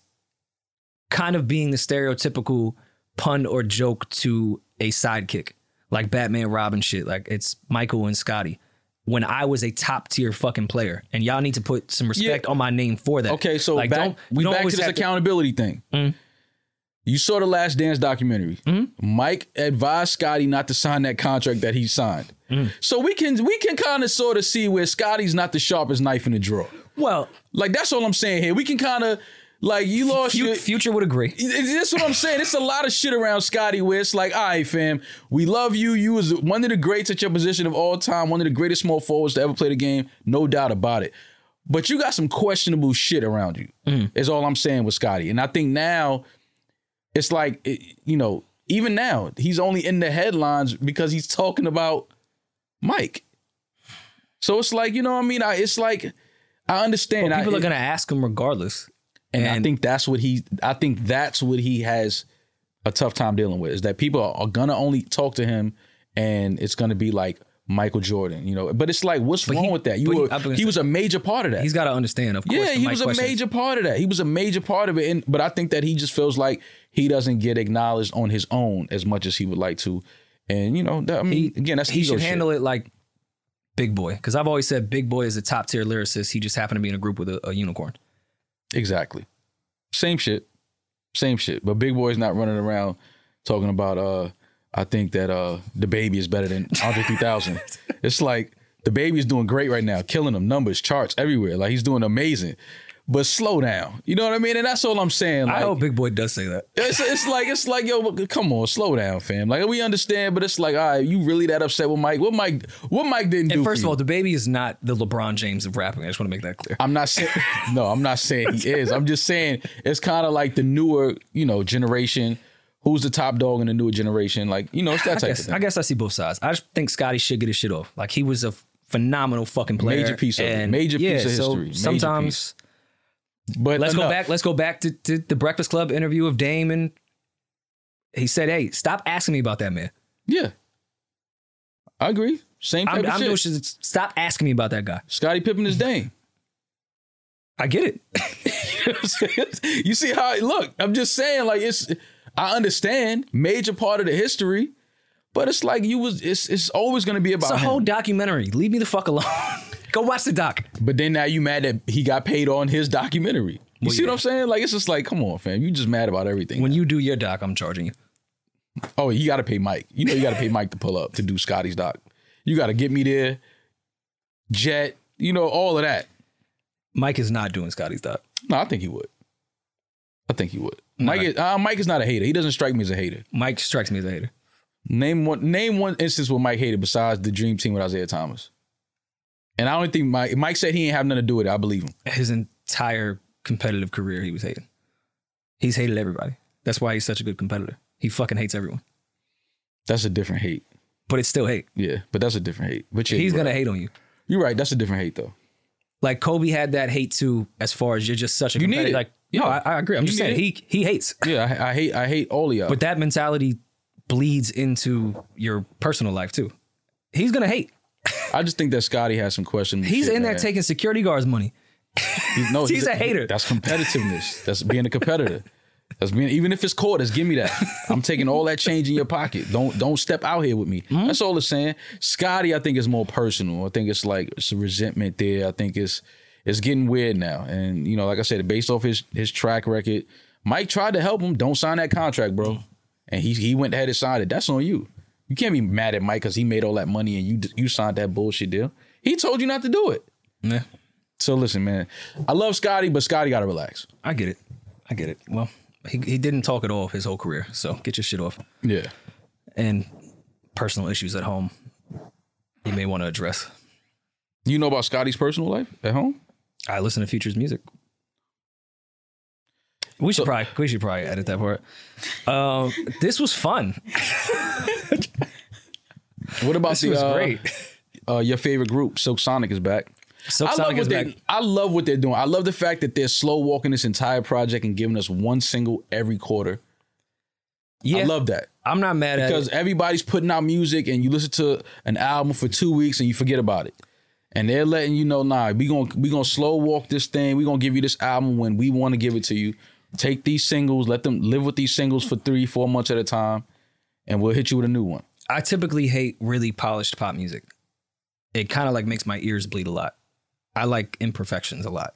kind of being the stereotypical pun or joke to a sidekick, like Batman Robin shit. Like it's Michael and Scotty. When I was a top tier fucking player, and y'all need to put some respect on my name for that. Okay, so like back, don't we you don't back to always this have Mm-hmm. accountability thing. You saw the Last Dance documentary. Mike advised Scotty not to sign that contract that he signed. Mm-hmm. So we can we can kind of sort of see where Scotty's not the sharpest knife in the drawer. Well, Like that's all I'm saying here. We can kind of like you lost fu- your. future would agree. That's what I'm saying. It's a lot of shit around Scotty where it's like, all right, fam, we love you. You was one of the greats at your position of all time, one of the greatest small forwards to ever play the game, no doubt about it. But you got some questionable shit around you. Mm. Is all I'm saying with Scotty. And I think now it's like, it- you know, even now he's only in the headlines because he's talking about Mike. So it's like, you know what I mean? I, it's like, I understand. But people I, are gonna ask him regardless. and, I And- think that's what he I think that's what he has a tough time dealing with is that people are, are gonna only talk to him and it's gonna be like Michael Jordan, you know. But it's like, what's wrong he- with that? You but he- were, I'm gonna he, say- was a major part of that. He's got to understand, of course. yeah, the he mic was a question is- major part of that. He was a major part of it, and but I think that he just feels like he doesn't get acknowledged on his own as much as he would like to. And you know, that, I mean, again, that's he ego should shit. handle it like Big Boy, because I've always said Big Boy is a top tier lyricist. He just happened to be in a group with a, a unicorn. Exactly. Same shit. Same shit. But Big Boy's not running around talking about uh I think that uh the baby is better than Andre [laughs] 3000. It's like the baby is doing great right now, killing them numbers, charts everywhere. Like he's doing amazing. But slow down. You know what I mean? And that's all I'm saying. Like, I hope Big Boy does say that. it's, it's like it's like yo, come on, slow down, fam. Like we understand, but it's like, all right, you really that upset with Mike? What Mike? What Mike didn't do? And first for of all, you? the baby is not the LeBron James of rapping. I just want to make that clear. I'm not saying [laughs] no. I'm not saying he is. I'm just saying it's kind of like the newer, you know, generation. Who's the top dog in the newer generation? Like you know, it's that I type of guess, thing. I guess I see both sides. I just think Scotty should get his shit off. Like he was a phenomenal fucking player. Major piece of it. and Major yeah, piece of so history. Major sometimes but let's go enough. back. Let's go back to, to the Breakfast Club interview of Dame, and he said, "Hey, stop asking me about that man. Yeah, I agree. Same type I'm, of I'm shit. doing shit. Stop asking me about that guy. Scottie Pippen is Dane. I get it. [laughs] you see how look? I'm just saying, like it's. I understand major part of the history, but it's like you was. It's it's always gonna be about It's a him. whole documentary. Leave me the fuck alone. [laughs] Go watch the doc. But then now you mad that he got paid on his documentary. You see what I'm saying? Like it's just like, come on, fam. You just mad about everything. When you do your doc, I'm charging you. oh, you gotta pay Mike. You know you gotta pay Mike to pull up to do Scotty's doc. You gotta get me there. Jet, you know, all of that. Mike is not doing Scotty's doc. No, I think he would. I think he would. Mike is, uh, Mike is not a hater. He doesn't strike me as a hater. Mike strikes me as a hater. Name one name one instance where Mike hated besides the dream team with Isaiah Thomas. And I don't think Mike Mike said he ain't have nothing to do with it. I believe him. His entire competitive career, he was hating. He's hated everybody. That's why he's such a good competitor. He fucking hates everyone, That's a different hate. but it's still hate. Yeah, but that's a different hate. But yeah, He's you're gonna right. hate on you. You're right. That's a different hate though. Like Kobe had that hate too. As far as you're just such a You need competitor. it. Like no, Yeah. I, I agree. I'm You just need saying it. he he hates, Yeah, I, I hate I hate all of y'all. but that mentality bleeds into your personal life too. He's gonna hate. I just think that Scotty has some questions. He's in there taking security guards money. no, he's a hater. That's competitiveness. That's being a competitor. That's being even if it's court, just give me that. I'm taking all that change in your pocket. Don't don't step out here with me. Hmm? That's all it's saying. Scotty, I think is more personal. I think it's like it's a resentment there. I think it's it's getting weird now. And you know, like I said, based off his his track record, Mike tried to help him. Don't sign that contract, Hmm. bro. And he he went ahead and signed it. That's on you. You can't be mad at Mike because he made all that money and you you signed that bullshit deal. He told you not to do it. Yeah, So listen, man, I love Scotty, but Scotty got to relax. I get it. I get it. Well, he he didn't talk at all his whole career. So get your shit off. Yeah. And personal issues at home. You may want to address. You know about Scotty's personal life at home? I listen to Future's music. We should probably we should probably edit that part. Um, this was fun. What about This the, was uh, great. uh, your favorite group, Silk Sonic, is back. Silk I love Sonic what is they. back. I love what they're doing. I love the fact that they're slow walking this entire project and giving us one single every quarter. Yeah, I love that I'm not mad at because it. everybody's putting out music and you listen to an album for two weeks and you forget about it. And they're letting you know, nah, we gonna we gonna slow walk this thing. We gonna give you this album when we want to give it to you. Take these singles, let them live with these singles for three, four months at a time, and we'll hit you with a new one. I typically hate really polished pop music. It kind of like makes my ears bleed a lot. I like imperfections a lot.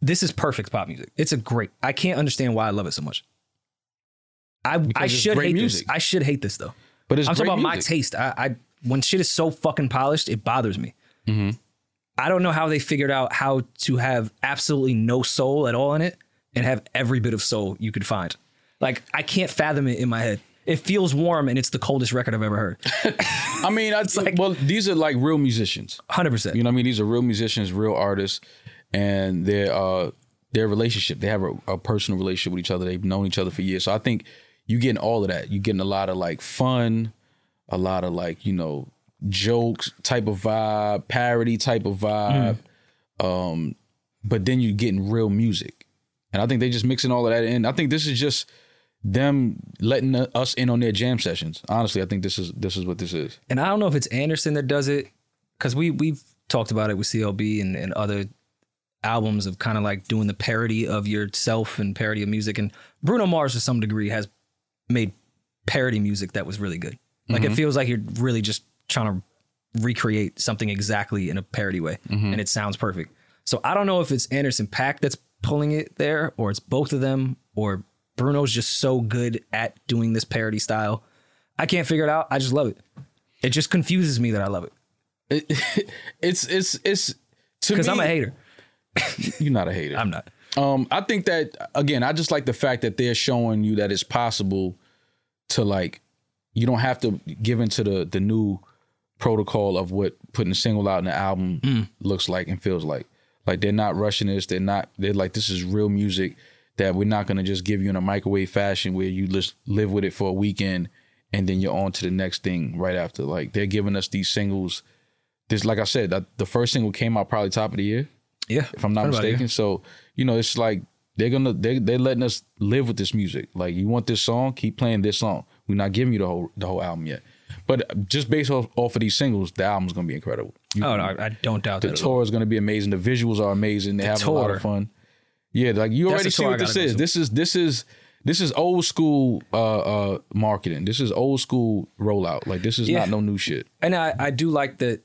This is perfect pop music. It's a great. I can't understand why I love it so much. I I it's should great hate music. this. I should hate this though. But it's I'm talking great about my music. taste. I, I when shit is so fucking polished, it bothers me. Mm-hmm. I don't know how they figured out how to have absolutely no soul at all in it and have every bit of soul you could find. Like I can't fathom it in my head. It feels warm and it's the coldest record I've ever heard. I [laughs] mean, I, well, these are like real musicians. 100%. You know what I mean? These are real musicians, real artists, and their uh their relationship. They have a, a personal relationship with each other. They've known each other for years. So I think you're getting all of that. You're getting a lot of like fun, a lot of like, you know, jokes type of vibe, parody type of vibe. Um, but then you're getting real music. And I think they just mixing all of that in. I think this is just them letting us in on their jam sessions. Honestly, I think this is this is what this is. [laughs] and I don't know if it's Anderson that does it because we we've talked about it with CLB and, and other albums of kind of like doing the parody of yourself and parody of music. And Bruno Mars to some degree has made parody music that was really good. Like it feels like you're really just trying to recreate something exactly in a parody way, and it sounds perfect. So I don't know if it's Anderson Pack that's pulling it there, or it's both of them, or Bruno's just so good at doing this parody style. I can't figure it out. I just love it. It just confuses me that I love it [laughs] It's it's it's to because I'm a me- hater. You're not a hater. I'm not. Um, I think that again, I just like the fact that they're showing you that it's possible to like you don't have to give into the the new protocol of what putting a single out in an album looks like and feels like. Like they're not rushing this. They're not. They're like this is real music that we're not gonna just give you in a microwave fashion where you just live with it for a weekend and then you're on to the next thing right after. Like they're giving us these singles. This, like I said, that the first single came out probably top of the year Yeah, if I'm not Heard about it, mistaken. So you know, it's like they're gonna they they're letting us live with this music. Like you want this song, keep playing this song. We're not giving you the whole the whole album yet. But just based off, off of these singles, the album's gonna be incredible. You- Oh no, I I don't doubt the that. at all. tour is gonna be amazing. The visuals are amazing. They have a lot tour. of fun. Yeah, like you That's already the see tour I what this gotta go is. to. This is this is this is old school uh uh marketing. This is old school rollout. Like this is Yeah. not no new shit. And I, I do like that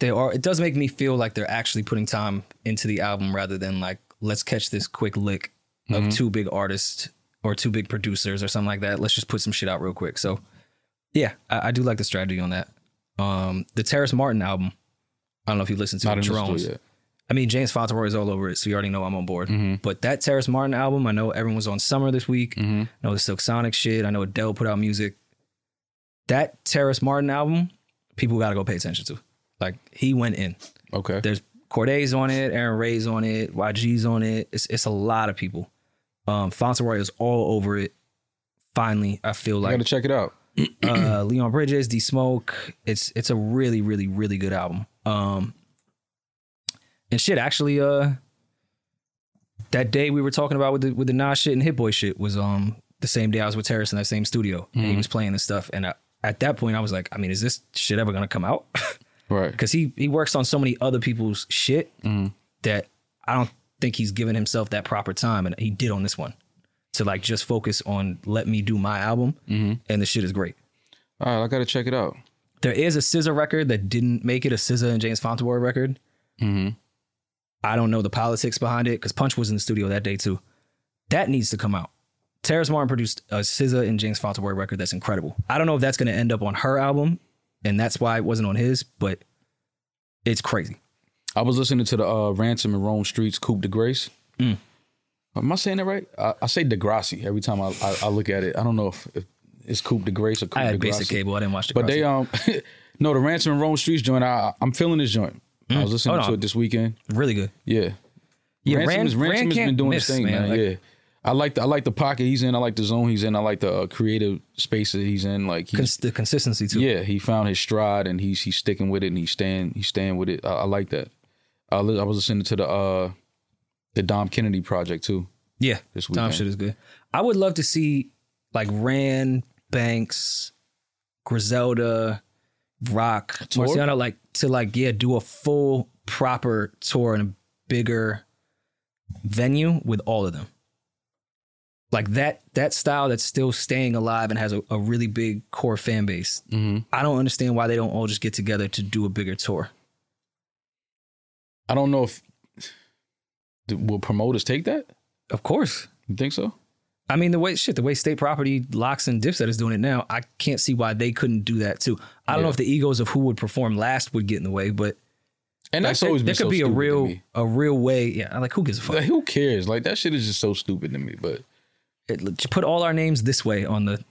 they are. It does make me feel like they're actually putting time into the album rather than like let's catch this quick lick Mm-hmm. of two big artists or two big producers or something like that. Let's just put some shit out real quick. So yeah, I, I do like the strategy on that. Um, the Terrace Martin album. I don't know if you listened to Not it, in the Drones. store yet. I mean, James Fauntleroy is all over it, so you already know I'm on board. But that Terrace Martin album, I know everyone was on summer this week. I know the Silk Sonic shit. I know Adele put out music. That Terrace Martin album, people got to go pay attention to. Like, he went in. Okay. There's Corday's on it, Aaron Ray's on it, YG's on it. It's, it's a lot of people. Um, Fauntleroy is all over it. Finally, I feel I like gotta check it out. uh, Leon Bridges, D Smoke. It's it's a really really really good album. Um, and shit, actually, uh, that day we were talking about with the with the Nas shit and Hit Boy shit was um the same day I was with Terrace in that same studio and he was playing this stuff and I, at that point I was like, I mean, is this shit ever gonna come out? [laughs] Right. Because he he works on so many other people's shit that I don't think he's given himself that proper time and he did on this one to like just focus on let me do my album and the shit is great. All right, I gotta check it out. There is a SZA record that didn't make it, a SZA and James Fauntleroy record. Mm-hmm. I don't know the politics behind it because Punch was in the studio that day too. That needs to come out. Terrace Martin produced a SZA and James Fauntleroy record that's incredible. I don't know if that's going to end up on her album, and that's why it wasn't on his, but it's crazy. I was listening to the uh, Ransom and Rome Streets Coupe de Grace. Mm. Am I saying that right? I, I say Degrassi every time I, I, I look at it. I don't know if, if it's Coupe de Grace or Coupe I had de Grace. basic cable. I didn't watch the. But they Crossy. um [laughs] no the Ransom and Rome Streets joint. I I'm feeling this joint. I was listening Oh, no. to it this weekend. really good. Yeah, Yeah, Ransom, Rand- is, Ransom Rand has been can't doing miss, his thing, man. man. Like, yeah. I like the I like the pocket he's in. I like the zone he's in. I like the uh, creative space that he's in. Like he's cons- the consistency too. yeah, he found his stride and he's he's sticking with it and he's staying he's staying with it. I, I like that. I, li- I was listening to the uh the Dom Kennedy project too. Yeah, this Tom weekend. shit is good. I would love to see like Rand Banks, Griselda, Rock, Tour? Marciano, like to like yeah, do a full proper tour in a bigger venue with all of them. Like that that style that's still staying alive and has a, a really big core fan base. I don't understand why they don't all just get together to do a bigger tour. I don't know if th- will promoters take that. Of course. You think so? I mean, the way shit, the way state property locks and Dipset is doing it now, I can't see why they couldn't do that too. I don't know Yeah. if the egos of who would perform last would get in the way, but And like, that's there, always been there could so be a stupid to real me. a real way. Yeah, like who gives a fuck? [laughs] Like, who cares? Like that shit is just so stupid to me. But It- let's put all our names this way on the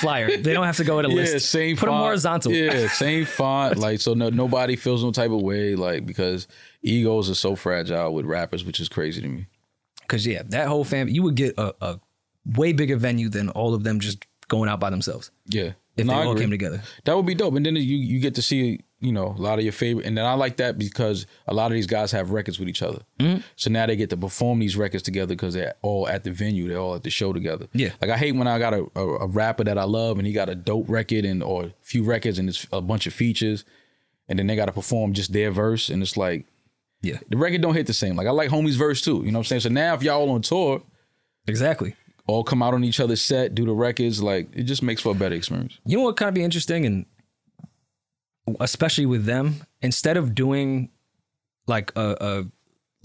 flyer. they don't have to go at a [laughs] yeah, list. same. put font. them horizontal. [laughs] Yeah, same font. Like so, no nobody feels no type of way. Like because egos are so fragile with rappers, which is crazy to me. Cause yeah, that whole fam, you would get a, a way bigger venue than all of them just going out by themselves Yeah, if No, I they all agree. came together. That would be dope. And then you you get to see you know, a lot of your favorite. And then I like that because a lot of these guys have records with each other. Mm-hmm. So now they get to perform these records together because they're all at the venue. They're all at the show together. Yeah. Like I hate when I got a, a, a rapper that I love and he got a dope record and or a few records and it's a bunch of features. And then they got to perform just their verse. And it's like, Yeah. the record don't hit the same. Like I like homie's verse too. You know what I'm saying? So now if y'all all on tour, Exactly. all come out on each other's set, do the records, like it just makes for a better experience. You know what kind of be interesting, and especially with them, instead of doing like a, a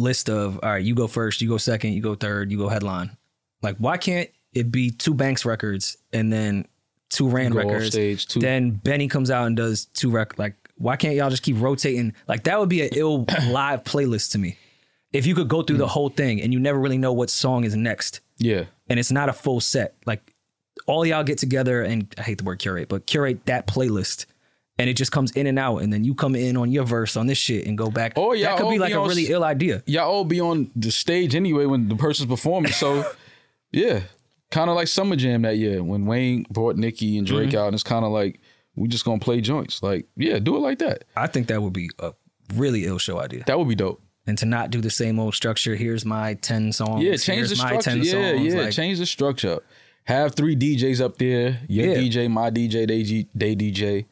list of all right, you go first, you go second, you go third, you go headline. Like, why can't it be two Banks records and then two Rand Go off records? stage, two- Then Benny comes out and does two rec. Like, why can't y'all just keep rotating? Like, that would be an [clears throat] ill live playlist to me. If you could go Hmm. through the whole thing and you never really know what song is next Yeah. and it's not a full set. Like all y'all get together and I hate the word curate, but curate that playlist. And it just comes in and out, and then you come in on your verse on this shit and go back. Oh, yeah, that could oh, be like yeah, a I was- really ill idea. Y'all all be on the stage anyway when the person's performing. [laughs] So yeah. Kind of like Summer Jam that year when Wayne brought Nicki and Mm-hmm. Drake out, and it's kind of like we just gonna play joints. Like, yeah, do it like that. I think that would be a really ill show idea. That would be dope. And to not do the same old structure. Here's my ten songs. Yeah, change here's the my structure. 10 Yeah, songs. yeah, like, change the structure. up. Have three DJs up there. Your Yeah. DJ, my DJ, they, G, they DJ,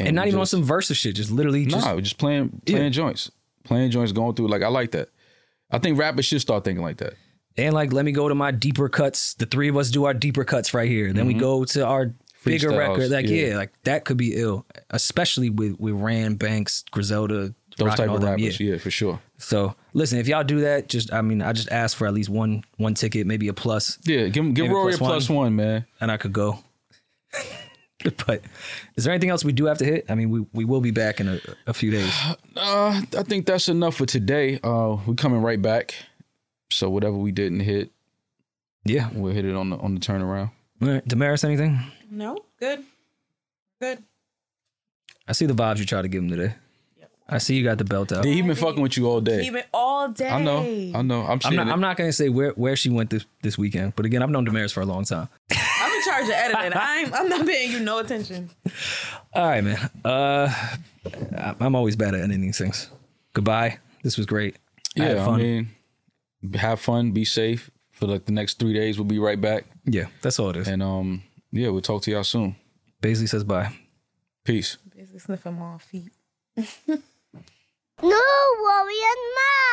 and not even on just- some verse of shit. Just literally, just nah, just playing playing joints, playing joints, going through. Like I like that. I think rappers should start thinking like that. and like let me go to my deeper cuts. The three of us do our deeper cuts right here. Then we go to our bigger Mm-hmm. Freestyles, record. Like yeah. yeah. like that could be ill, especially with with Rand Banks, Griselda, Those Rock and type all of them, rappers, Yeah. yeah. for sure. So listen, if y'all do that, just I mean, I just ask for at least one one ticket, maybe a plus, Yeah, give give Maybe Rory plus a plus one, man. and I could go. [laughs] but is there anything else we do have to hit? I mean, we we will be back in a, a few [sighs] days. Uh, I think that's enough for today. Uh, we're coming right back. So whatever we didn't hit, Yeah. we'll hit it on the on the turnaround. All right. Damaris, anything? No, good, good. I see the vibes you try to give him today. I see you got the belt out. He been fucking with you all day. Even all day. I know, I know. I'm I'm seeing not, it. I'm not gonna say where, where she went this, this weekend, but again, I've known Damaris for a long time. I'm in charge of [laughs] editing. I'm I'm not paying you no attention. All right, man. Uh, I- I'm always bad at ending these things. Goodbye. This was great. I had yeah, I fun. mean, have fun, be safe for like the next three days. We'll be right back, yeah, that's all it is. and um, yeah, we'll talk to y'all soon. Basically says bye. Peace. Basically sniffing my feet. No worry and mom.